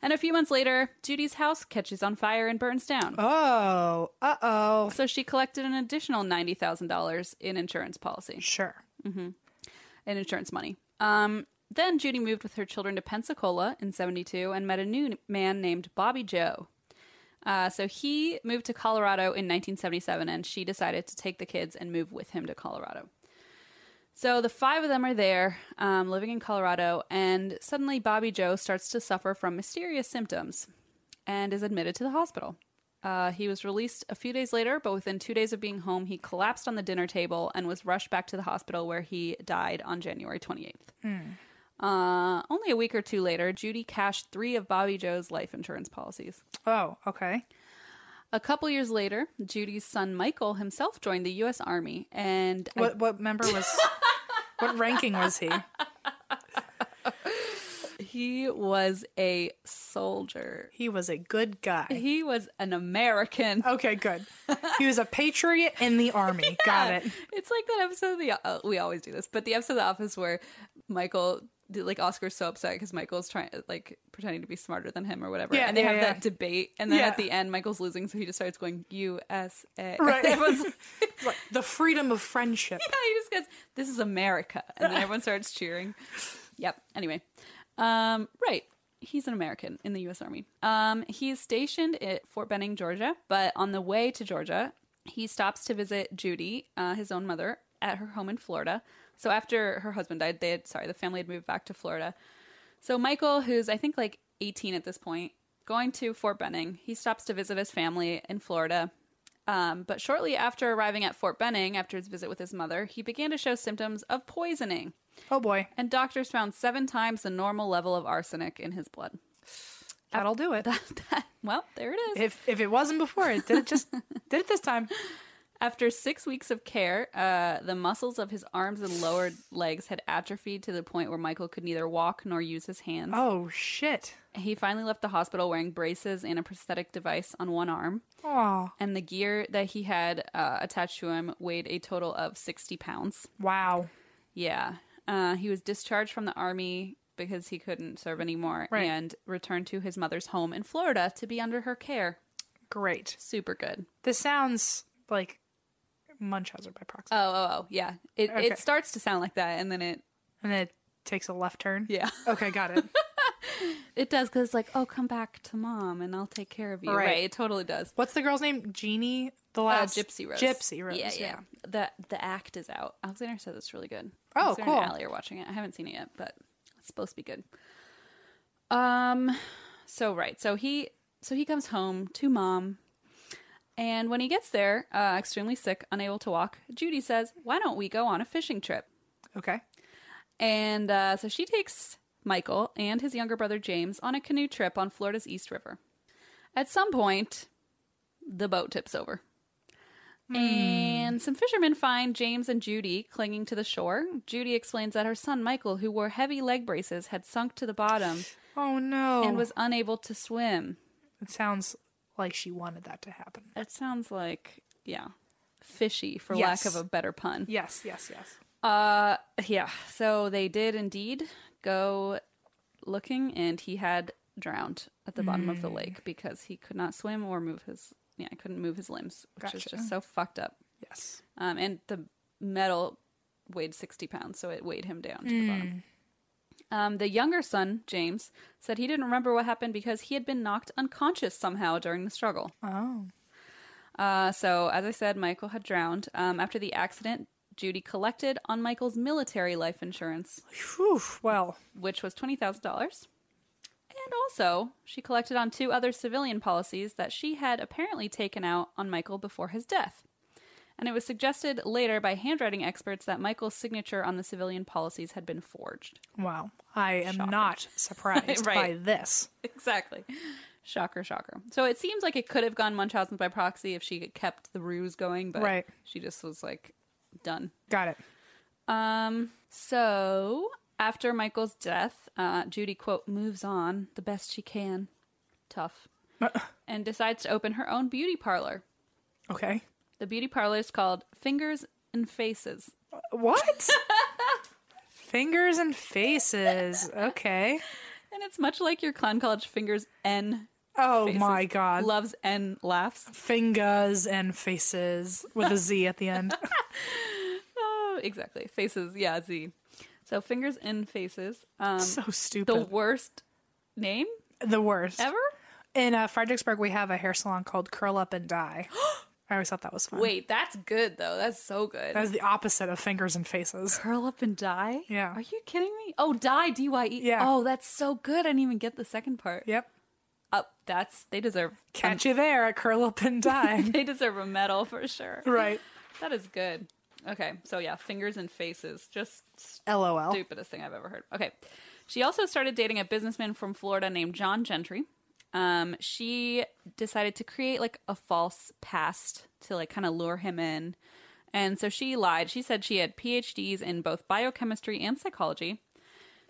And a few months later, Judy's house catches on fire and burns down. Oh, uh oh. So she collected an additional $90,000 in insurance policy. Sure. and insurance money. Um, then Judy moved with her children to Pensacola in 72 and met a new man named Bobby Joe. Uh, so he moved to Colorado in 1977, and she decided to take the kids and move with him to Colorado. So the five of them are there, um, living in Colorado, and suddenly Bobby Joe starts to suffer from mysterious symptoms and is admitted to the hospital. Uh, he was released a few days later, but within two days of being home, he collapsed on the dinner table and was rushed back to the hospital where he died on January 28th. Uh, only a week or two later, Judy cashed three of Bobby Joe's life insurance policies. Oh, okay. A couple years later, Judy's son Michael himself joined the U.S. Army, and I- What what member was? what ranking was he? he was a soldier. He was a good guy. He was an American. Okay, good. He was a patriot in the army. Got it. It's like that episode of the uh, we always do this, but the episode of The Office where Michael did, like Oscar's so upset because Michael's trying like pretending to be smarter than him or whatever, Yeah, and they yeah, have yeah. that debate, and then Yeah. at the end Michael's losing, so he just starts going USA. Right. Everyone's like, Like, the freedom of friendship. he just goes, "This is America," and then everyone starts cheering. Yep. Anyway, um, right. He's an American in the U.S. Army. Um, he's stationed at Fort Benning, Georgia, but on the way to Georgia, he stops to visit Judy, uh, his own mother, at her home in Florida. So after her husband died, they had, sorry, the family had moved back to Florida. So Michael, who's I think like 18 at this point, going to Fort Benning, he stops to visit his family in Florida. Um, but shortly after arriving at Fort Benning, after his visit with his mother, he began to show symptoms of poisoning, Oh boy, and doctors found seven times the normal level of arsenic in his blood. that'll do it. well, there it is. If if it wasn't before, it did it just did it this time. After six weeks of care, uh, the muscles of his arms and lower legs had atrophied to the point where Michael could neither walk nor use his hands. Oh shit. He finally left the hospital wearing braces and a prosthetic device on one arm. Oh and the gear that he had uh, attached to him weighed a total of 60 pounds. wow. Yeah. Uh, he was discharged from the army because he couldn't serve anymore Right. and returned to his mother's home in Florida to be under her care. Great. Super good. This sounds like Munchausen by proxy, Oh, oh, oh, yeah. It, Okay. it starts to sound like that and then it, and then it takes a left turn. yeah. Okay, got it. It does because it's like, oh, come back to mom and I'll take care of you. Right. Right. It totally does. What's the girl's name? Jeannie. The Uh, last Gypsy Rose. Gypsy Rose. Yeah, yeah. The, the act is out. Alexander said it's really good. Oh, Alexander cool. And Allie are watching it. I haven't seen it yet, but it's supposed to be good. Um, so right, so he so he comes home to mom, and when he gets there, uh, extremely sick, unable to walk, Judy says, "Why don't we go on a fishing trip?" Okay. And uh, so she takes Michael and his younger brother James on a canoe trip on Florida's East River. At some point, the boat tips over. Hmm. And some fishermen find James and Judy clinging to the shore. Judy explains that her son Michael, who wore heavy leg braces, had sunk to the bottom Oh no! and was unable to swim. it sounds like she wanted that to happen. That sounds like, yeah, fishy for Yes. lack of a better pun. Yes, yes, yes. Uh, yeah. So they did indeed go looking, and he had drowned at the bottom of the lake because he could not swim or move his. Yeah, he couldn't move his limbs, which is Gotcha. just so fucked up. Yes. Um, and the metal weighed sixty pounds, so it weighed him down to the bottom. Um, the younger son, James, said he didn't remember what happened because he had been knocked unconscious somehow during the struggle. Oh. Uh, so, as I said, Michael had drowned. Um, after the accident, Judy collected on Michael's military life insurance, Whew. Well, which was $20,000. And also, she collected on two other civilian policies that she had apparently taken out on Michael before his death. And it was suggested later by handwriting experts that Michael's signature on the civilian policies had been forged. wow. I am not surprised by Right. this. Exactly. Shocker, shocker. So it seems like it could have gone Munchausen by proxy if she had kept the ruse going, but Right. she just was like, done. Got it. Um, so after Michael's death, uh, Judy, quote, moves on the best she can, tough, and decides to open her own beauty parlor. Okay. The beauty parlor is called Fingers and Faces. What? Fingers and faces. Okay. And it's much like your clown college fingers N. Oh Faces. my god. Loves N laughs. Fingers and faces with a Z at the end. Oh, exactly. Faces, yeah, Z. So Fingers and Faces. Um, so the stupid. worst name The, worst. ever? In uh, Fredericksburg, we have a hair salon called Curl Up and Die. I always thought that was fun. Wait, that's good though. That's so good. That was the opposite of fingers and faces. curl up and die? Yeah. Are you kidding me? Oh, die, D Y E. Yeah. Oh, that's so good. I didn't even get the second part. Yep. Uh, that's they deserve Catch you there at Curl Up and Die. they deserve a medal for sure. right. That is good. Okay, so yeah, fingers and faces, just LOL. stupidest thing I've ever heard. Okay, she also started dating a businessman from Florida named John Gentry. Um, she decided to create like a false past to like kind of lure him in, and so she lied. She said she had PhDs in both biochemistry and psychology.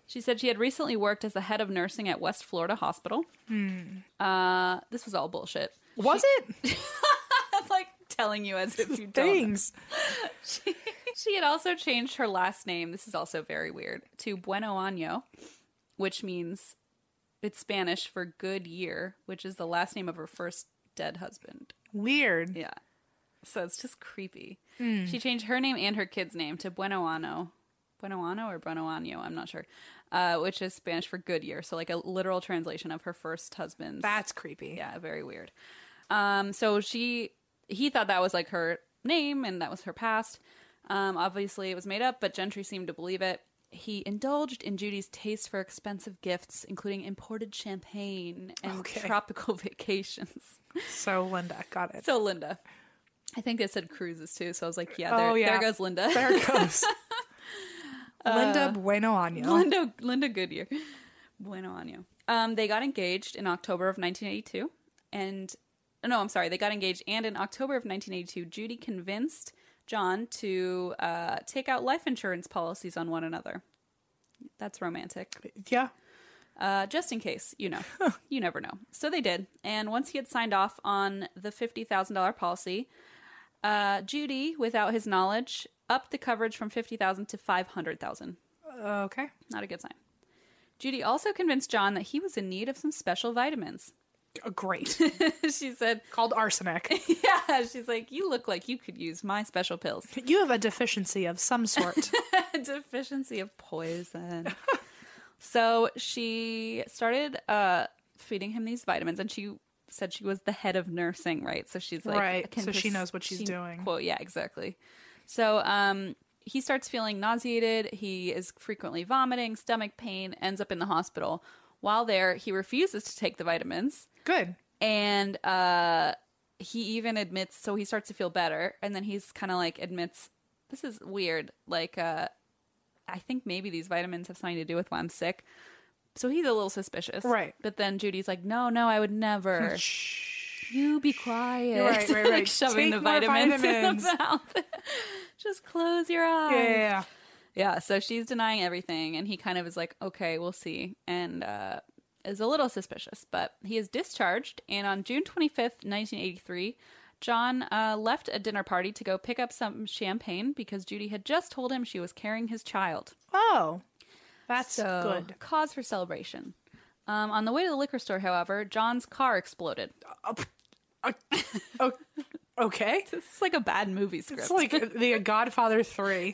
She said she had recently worked as the head of nursing at West Florida Hospital. Uh, this was all bullshit. Was it? I'm like telling you as if you don't Things. she had also changed her last name. This is also very weird to Bueno Año, which means it's Spanish for good year, which is the last name of her first dead husband. Weird. Yeah. So it's just creepy. She changed her name and her kid's name to Bueno Ano. Bueno Ano or Bueno Año, I'm not sure. Uh, which is Spanish for good year. So like a literal translation of her first husband's That's creepy. yeah, very weird. Um, so she he thought that was like her name and that was her past. Um, obviously it was made up, but Gentry seemed to believe it. He indulged in Judy's taste for expensive gifts, including imported champagne and Okay. tropical vacations. So Linda, got it. So Linda. I think they said cruises too, so I was like, yeah, there, Oh, yeah. there goes Linda. there it goes. Uh, Linda Bueno Año. Linda Linda Goodyear. Bueno año. Um, they got engaged in October of 1982, and no, I'm sorry, they got engaged, and in October of 1982, Judy convinced John to uh, take out life insurance policies on one another. That's romantic yeah. uh, just in case, you know, you never know. So they did, and once he had signed off on the fifty thousand dollar policy, uh, Judy, without his knowledge, upped the coverage from fifty thousand to five hundred thousand. Okay. Not a good sign. Judy also convinced John that he was in need of some special vitamins. Uh, Great. she said, Called arsenic. Yeah, she's like, You look like you could use my special pills. You have a deficiency of some sort. Um, Deficiency of poison. so she started uh, feeding him these vitamins, and she said she was the head of nursing, right? So she's like, Right, can so she pers- knows what she's doing. Quote, yeah, exactly. So um, he starts feeling nauseated. He is frequently vomiting, stomach pain, ends up in the hospital. While there, he refuses to take the vitamins Good. and uh he even admits so he starts to feel better and then he's kind of like admits this is weird like uh I think maybe these vitamins have something to do with why I'm sick. So he's a little suspicious. Right. But then Judy's like, no, no, I would never. you be quiet. You're right, right, Like right. shoving Take the more vitamins, in vitamins. the mouth. Just close your eyes. Yeah, yeah, yeah. Yeah, so she's denying everything, and he kind of is like, okay, we'll see, and uh, is a little suspicious, but he is discharged. And on June 25th, 1983, John uh, left a dinner party to go pick up some champagne because Judy had just told him she was carrying his child. Oh, that's So, good. cause for celebration. Um, on the way to the liquor store, however, John's car exploded. Oh, okay. It's like a bad movie script. It's like the Godfather Three.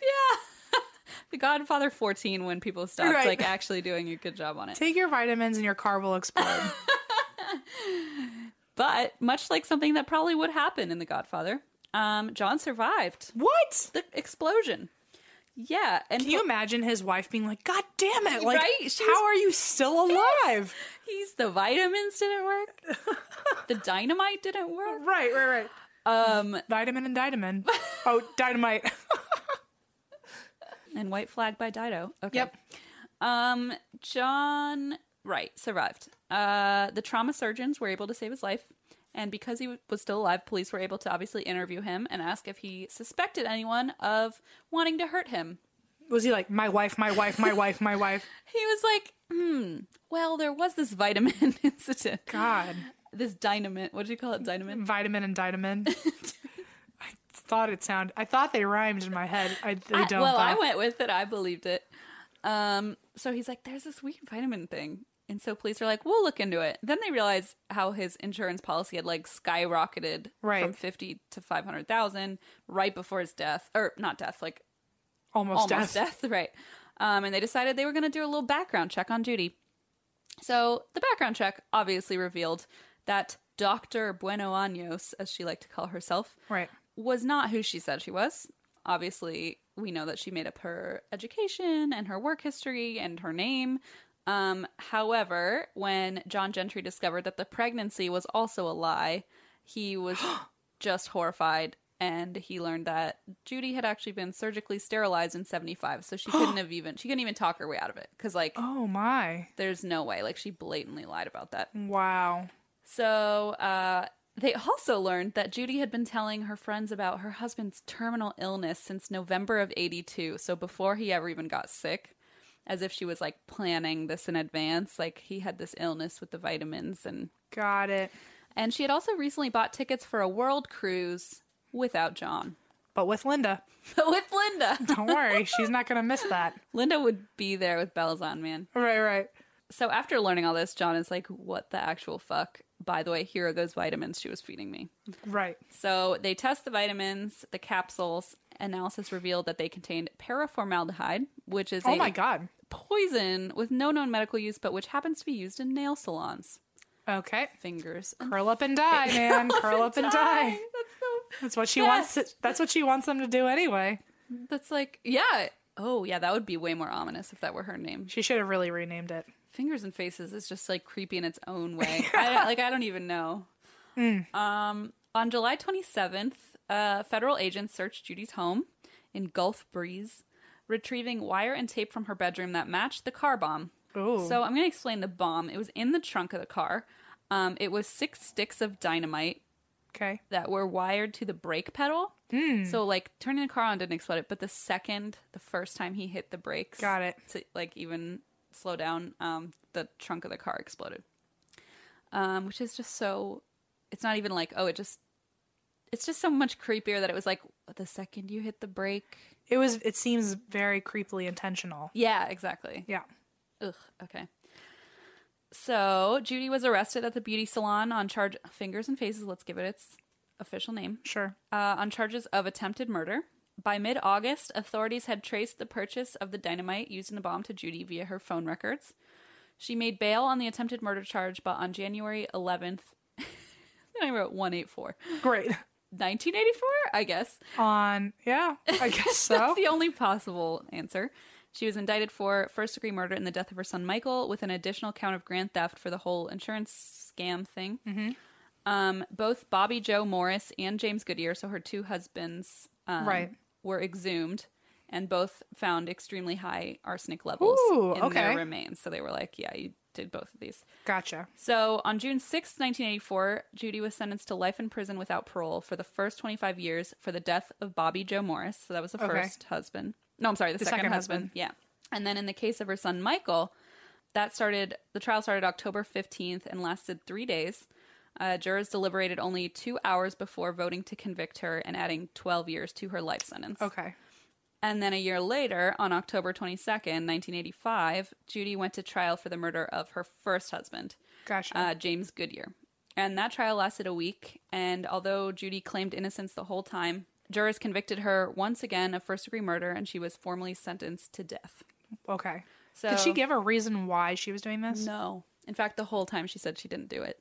The Godfather 14 when people stopped Right. like actually doing a good job on it. Take your vitamins and your car will explode. But much like something that probably would happen in The Godfather, um, John survived what? the explosion. Yeah, and Can you imagine his wife being like, "God damn it! Like, Right? She was how are you still alive?" he's the vitamins didn't work. the dynamite didn't work. Right, right, right. Um, Vitamin and ditamin. oh, dynamite. and White Flag by Dido. Okay. Yep. Um, John Wright survived. Uh, the trauma surgeons were able to save his life, and because he w- was still alive, police were able to obviously interview him and ask if he suspected anyone of wanting to hurt him. Was he like, "My wife, my wife, my wife, my wife"? He was like, "Hmm. Well, there was this vitamin incident. God, This dynamite. What do you call it? Dynamite. vitamin and ditamin. I thought it sounded. I thought they rhymed in my head. I they I- don't. well, I though. went with it. I believed it. Um, so he's like, there's this weird vitamin thing. And so police are like, we'll look into it. Then they realize how his insurance policy had like skyrocketed from Right. 50 to 500,000 right before his death or not death, like almost, almost death. death, right? Um, and they decided they were going to do a little background check on Judy. So the background check obviously revealed that Dr. Bueno Años, as she liked to call herself, Right. was not who she said she was. Obviously, we know that she made up her education and her work history and her name. Um, however, when John Gentry discovered that the pregnancy was also a lie, he was just horrified and he learned that Judy had actually been surgically sterilized in 75, so she couldn't have even she couldn't even talk her way out of it cuz like Oh my! there's no way like she blatantly lied about that. Wow. So uh, they also learned that Judy had been telling her friends about her husband's terminal illness since November of 82. So before he ever even got sick, as if she was like planning this in advance. Like he had this illness with the vitamins. And, Got it. and she had also recently bought tickets for a world cruise without John, But with Linda, but with Linda. don't worry, she's not gonna miss that. Linda would be there with bells on, man. Right, right. So after learning all this, John is like, what the actual fuck? By the way, here are those vitamins she was feeding me. Right. So they test the vitamins, the capsules. Analysis revealed that they contained paraformaldehyde, which is Oh a my god. poison with no known medical use, but which happens to be used in nail salons. Okay. Fingers. Curl up and die, man. Curl up and die. That's, That's what she Yes. wants. That's what she wants them to do anyway. so, that's like, yeah. Oh, yeah, that would be way more ominous if that were her name. She should have really renamed it. Fingers and Faces is just like creepy in its own way. I don't, like I don't even know. Mm. Um, on July 27th, uh, federal agents searched Judy's home in Gulf Breeze, retrieving wire and tape from her bedroom that matched the car bomb. Ooh. So I'm going to explain the bomb. It was in the trunk of the car. Um, it was six sticks of dynamite Okay. that were wired to the brake pedal. Hmm. So like turning the car on didn't explode it, but the second, the first time he hit the brakes, Got it. to like even slow down, um, the trunk of the car exploded. Um, which is just so. It's not even like oh, it just. It's just so much creepier that it was like the second you hit the brake. It was. It seems very creepily intentional. Yeah, exactly. Yeah. Ugh, okay. So Judy was arrested at the beauty salon on charge fingers and faces. Let's give it its official name. Sure. uh, on charges of attempted murder. By mid August, authorities had traced the purchase of the dynamite used in the bomb to Judy via her phone records. She made bail on the attempted murder charge, but on January 11th, then I wrote 184. Great. 1984, I guess. On. Yeah. I guess so. That's the only possible answer. She was indicted for first degree murder and the death of her son Michael, with an additional count of grand theft for the whole insurance scam thing. Mm-hmm. Um, both Bobby Joe Morris and James Goodyear, so her two husbands, um, Right. were exhumed, and both found extremely high arsenic levels Ooh, in okay. their remains. So they were like, yeah, you did both of these. Gotcha. So on June sixth, 1984, Judy was sentenced to life in prison without parole for the first 25 years for the death of Bobby Joe Morris. So that was the Okay. first husband. No, I'm sorry, the, second, second husband. husband. Yeah. And then in the case of her son Michael, that started the trial started October 15th and lasted 3 days. Uh, jurors deliberated only two hours before voting to convict her and adding 12 years to her life sentence. Okay. And then a year later, on October 22nd, 1985, Judy went to trial for the murder of her first husband, Gotcha. uh, James Goodyear. And that trial lasted a week. And although Judy claimed innocence the whole time, jurors convicted her once again of first degree murder and she was formally sentenced to death. okay. So, Did she give a reason why she was doing this? No. In fact, the whole time she said she didn't do it.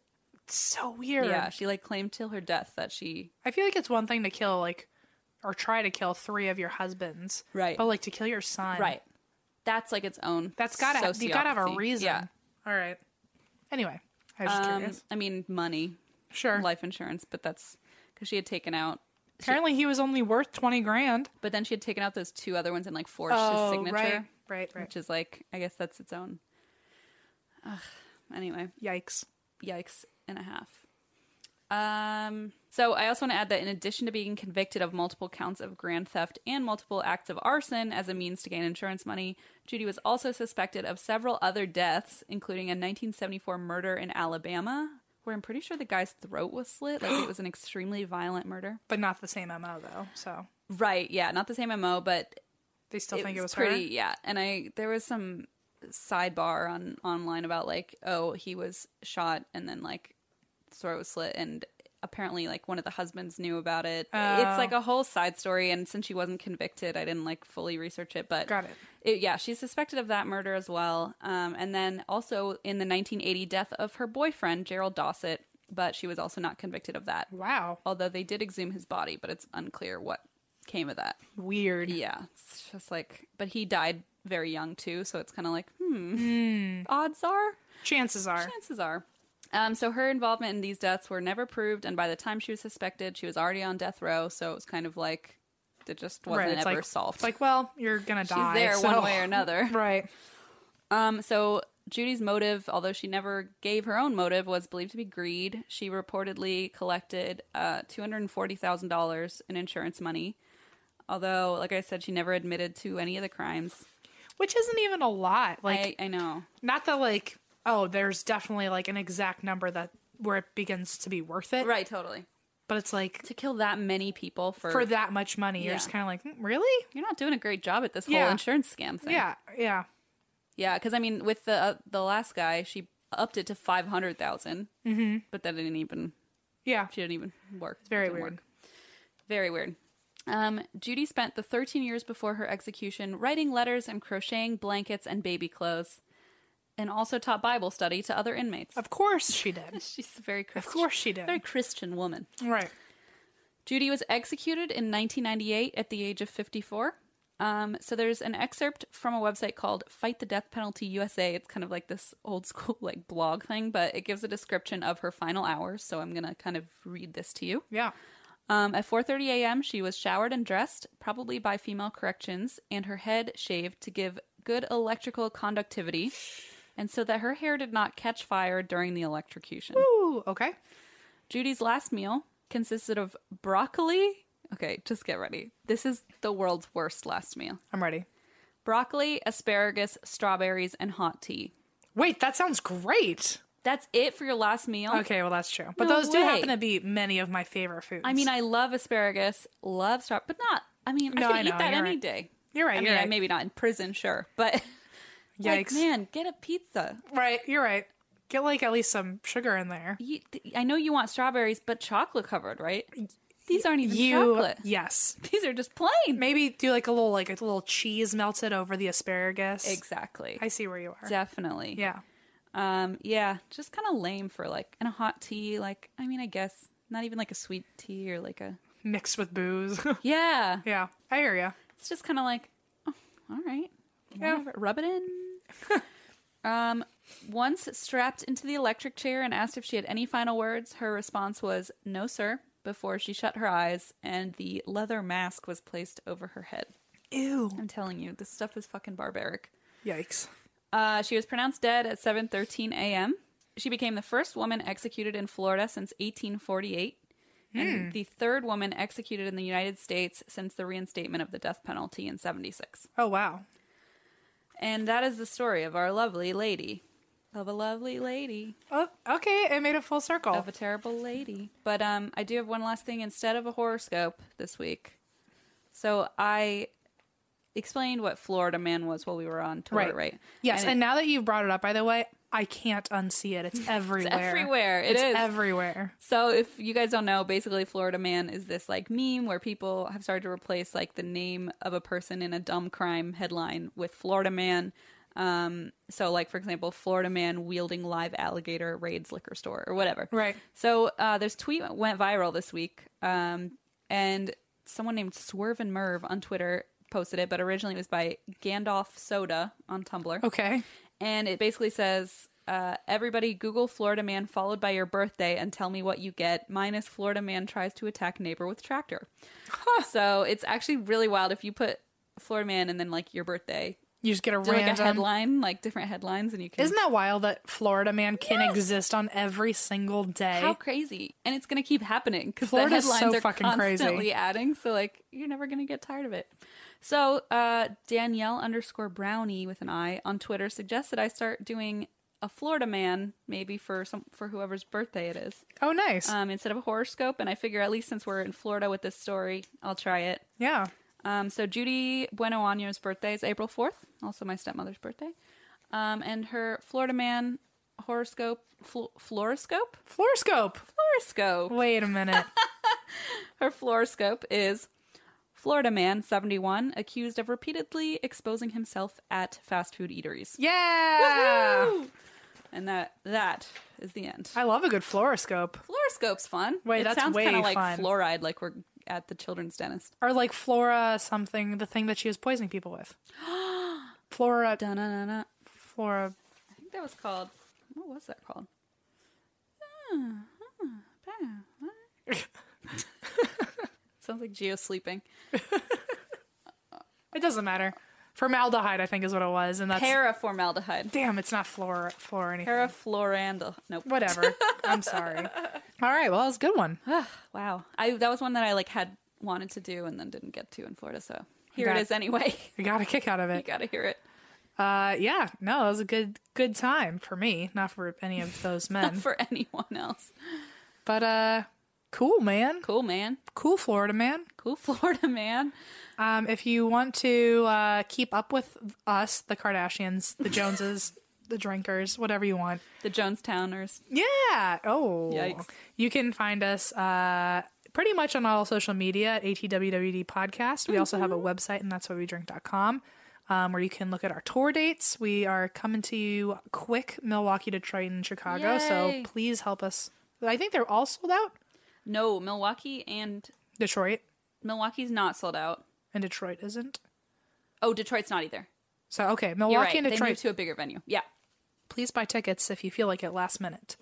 It's so weird. Yeah, she like claimed till her death that she. I feel like it's one thing to kill like or try to kill three of your husbands. Right. But like to kill your son. Right. That's like its own. That's gotta you gotta have a sociopathy. reason. Yeah. All right. Anyway. I was just Um, curious. I mean, money, Sure. life insurance, but that's because she had taken out Apparently he was only worth twenty grand. But then she had taken out those two other ones and like forged his signature, Oh, right. Right, right. which is like I guess that's its own. Ugh. Anyway, Yikes. yikes and a half. Um. So I also want to add that in addition to being convicted of multiple counts of grand theft and multiple acts of arson as a means to gain insurance money, Judy was also suspected of several other deaths, including a 1974 murder in Alabama, where I'm pretty sure the guy's throat was slit. Like it was an extremely violent murder. But not the same MO though, so Right. Yeah. Not the same MO, but they still think it was pretty her. yeah and i there was some sidebar on online about like oh he was shot and then like throat was slit and apparently like one of the husbands knew about it Oh. it's like a whole side story and since she wasn't convicted i didn't like fully research it but Got it. it- yeah she's suspected of that murder as well um, and then also in the 1980 death of her boyfriend gerald dawsett but she was also not convicted of that Wow. although they did exhume his body but it's unclear what came of that Weird. yeah, it's just like, but he died very young too, so it's kind of like, hmm, odds are, Chances are. chances are. Um, so her involvement in these deaths were never proved, and by the time she was suspected, she was already on death row, so it was kind of like it just wasn't it's ever like, solved. It's like, well, you're gonna She's die. there so- one way or another. Right. Um, so Judy's motive, although she never gave her own motive, was believed to be greed. She reportedly collected uh, two hundred forty thousand dollars in insurance money, although, like I said, she never admitted to any of the crimes. Which isn't even a lot. Like I, I know. not that like oh there's definitely like an exact number that where it begins to be worth it Right, totally. but it's like To kill that many people for, for that much money you're Yeah. just kind of like "Mm, really you're not doing a great job at this whole Yeah. insurance scam thing. yeah yeah yeah. Because I mean, with the uh, the last guy, she upped it to five mm-hmm. but that didn't even yeah she didn't even work. It's very weird Very weird. Um, Judy spent the 13 years before her execution writing letters and crocheting blankets and baby clothes, and also taught Bible study to other inmates. of course she did She's a very of Christian, course she did very Christian woman. right Judy was executed in 1998 at the age of 54. Um, so there's an excerpt from a website called Fight the Death Penalty USA. It's kind of like this old school like blog thing, but it gives a description of her final hours. So I'm gonna kind of read this to you. yeah Um, at 4:30 a.m., she was showered and dressed, probably by female corrections, and her head shaved to give good electrical conductivity, and so that her hair did not catch fire during the electrocution. Ooh, okay Judy's last meal consisted of broccoli. Okay, just get ready. This is the world's worst last meal. i'm ready Broccoli, asparagus, strawberries, and hot tea. wait that sounds great That's it for your last meal. okay well that's true but No those do happen way. to be many of my favorite foods I mean, I love asparagus, love straw, but not. I mean, No, I could I know, eat that you're any right. day. you're right I mean, you're I- right. maybe not in prison, sure, but like, Yikes. man, get a pizza. right you're right get like at least some sugar in there You, I know you want strawberries, but chocolate covered, right? These aren't even chocolate. yes These are just plain. maybe do like a little like a little cheese melted over the asparagus Exactly. I see where you are. Definitely. Yeah. Um, yeah, just kind of lame for like, and a hot tea. Like, I mean, I guess not even like a sweet tea or like a. Mixed with booze. Yeah, yeah. I hear you. it's just kind of like, oh, all right, whatever, rub it in. um, once strapped into the electric chair and asked if she had any final words, her response was "No, sir." Before she shut her eyes, and the leather mask was placed over her head. Ew. I'm telling you, this stuff is fucking barbaric. Yikes. Uh, she was pronounced dead at 7:13 a.m. She became the first woman executed in Florida since 1848, Hmm. and the third woman executed in the United States since the reinstatement of the death penalty in 76. Oh wow. And that is the story of our lovely lady, of a lovely lady, Oh, okay. It made a full circle. of a terrible lady. But um, I do have one last thing instead of a horoscope this week. So I explained what Florida Man was while we were on tour, right? Yes, and, it- now that you've brought it up, by the way, I can't unsee it. It's everywhere. everywhere. It it's is. everywhere. So if you guys don't know, basically Florida Man is this like meme where people have started to replace like the name of a person in a dumb crime headline with Florida Man. Um, so like for example, Florida Man wielding live alligator raids liquor store or whatever. Right. So uh, this tweet went viral this week, um, and someone named Swerve and Merv on Twitter posted it, but originally it was by Gandalf Soda on Tumblr Okay. and it basically says uh, everybody google florida man followed by your birthday and tell me what you get minus florida man tries to attack neighbor with tractor so it's actually really wild if you put florida man and then like your birthday You just get a do random. like a headline like different headlines and you can Isn't that wild that Florida Man can exist on every single day? how crazy and it's gonna keep happening because the Florida's headlines so are fucking crazy. constantly adding so like you're never gonna get tired of it so uh, danielle underscore brownie with an i on twitter suggested i start doing a florida man maybe for some for whoever's birthday it is oh, nice. um, instead of a horoscope and i figure at least since we're in florida with this story i'll try it yeah. um, so Judy Bueno Ano's birthday is April 4th, also my stepmother's birthday. Um, and her Florida man horoscope, fl- fluoroscope? Fluoroscope. Fluoroscope. Wait a minute. Her fluoroscope is Florida man, 71, accused of repeatedly exposing himself at fast food eateries. yeah. And that that is the end. I love a good fluoroscope. Fluoroscope's fun. Wait, it that's sounds way kinda like fun. fluoride, like we're at the children's dentist. Or like Flora something, the thing that she was poisoning people with. Flora. Da-na-na-na. Flora. I think that was called. What was that called? Uh-huh, Sounds like Geo sleeping. It doesn't matter. Formaldehyde, I think, is what it was. And that's. Paraformaldehyde. Damn, it's not Flora, Flora anything. Parafluorandal. Nope. Whatever. I'm sorry. All right. Well, that was a good one. Wow. I that was one that I like had wanted to do and then didn't get to in Florida. So here Got it it. is anyway. I got a kick out of you it. gotta hear it Uh, yeah. No, that was a good good time for me, not for any of those men. for anyone else. but uh, cool man, Cool man. cool Florida man. Cool Florida man. Um, if you want to uh, keep up with us, the Kardashians, the Joneses, the drinkers, whatever you want. The Jonestowners. Yeah. Oh. Yikes. You can find us uh, pretty much on all social media at ATWWD Podcast. We also Mm-hmm. have a website, and that's what we drink.com, um, where you can look at our tour dates. We are coming to you quick Milwaukee, Detroit, and Chicago. So Yay. please help us. I think they're all sold out. No, Milwaukee and Detroit Milwaukee's not sold out. and Detroit isn't. Oh, Detroit's not either. So, okay, Milwaukee You're right. and They Detroit. moved to a bigger venue. Yeah. please buy tickets if you feel like it last minute.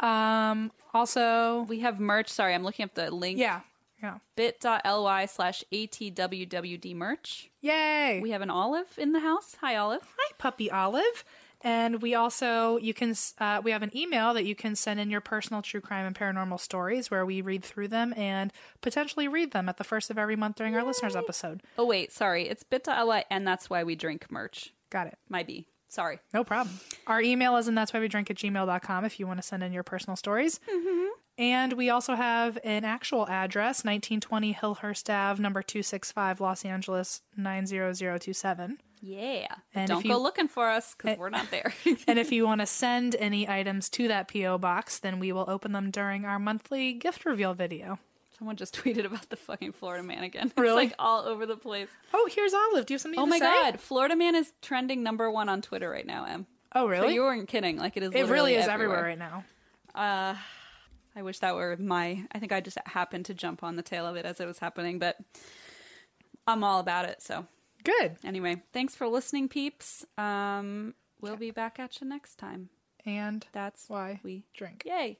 Um, also, We have merch. Sorry, I'm looking up the link. yeah. Yeah. Bit.ly slash ATWWD merch. Yay. We have an Olive in the house. Hi, Olive. hi puppy olive and we also you can s- uh, we have an email that you can send in your personal true crime and paranormal stories where we read through them and potentially read them at the first of every month during our listeners episode Oh, wait. Sorry. It's bit.ly, and that's why we drink merch. got it My B. Sorry. no problem our email is and that's why we drink at gmail.com if you want to send in your personal stories Mm-hmm. and we also have an actual address 1920 hillhurst ave number 265 los angeles 90027 Yeah. And Don't if you- Eh. go looking for us because we're not there. And if you want to send any items to that P.O. box, then we will open them during our monthly gift reveal video. Someone just tweeted about the fucking Florida man again. It's Really? like all over the place. Oh, here's Olive. Do you have something Oh to my say? God. Florida man is trending number one on Twitter right now, Em. Oh, really? So you weren't kidding. Like it is. it really literally is everywhere. right now. Uh, I wish that were my. I think I just happened to jump on the tail of it as it was happening, but I'm all about it. So, Good. anyway, thanks for listening, peeps. Um, we'll be back at you next time. And That's why we. drink. Yay.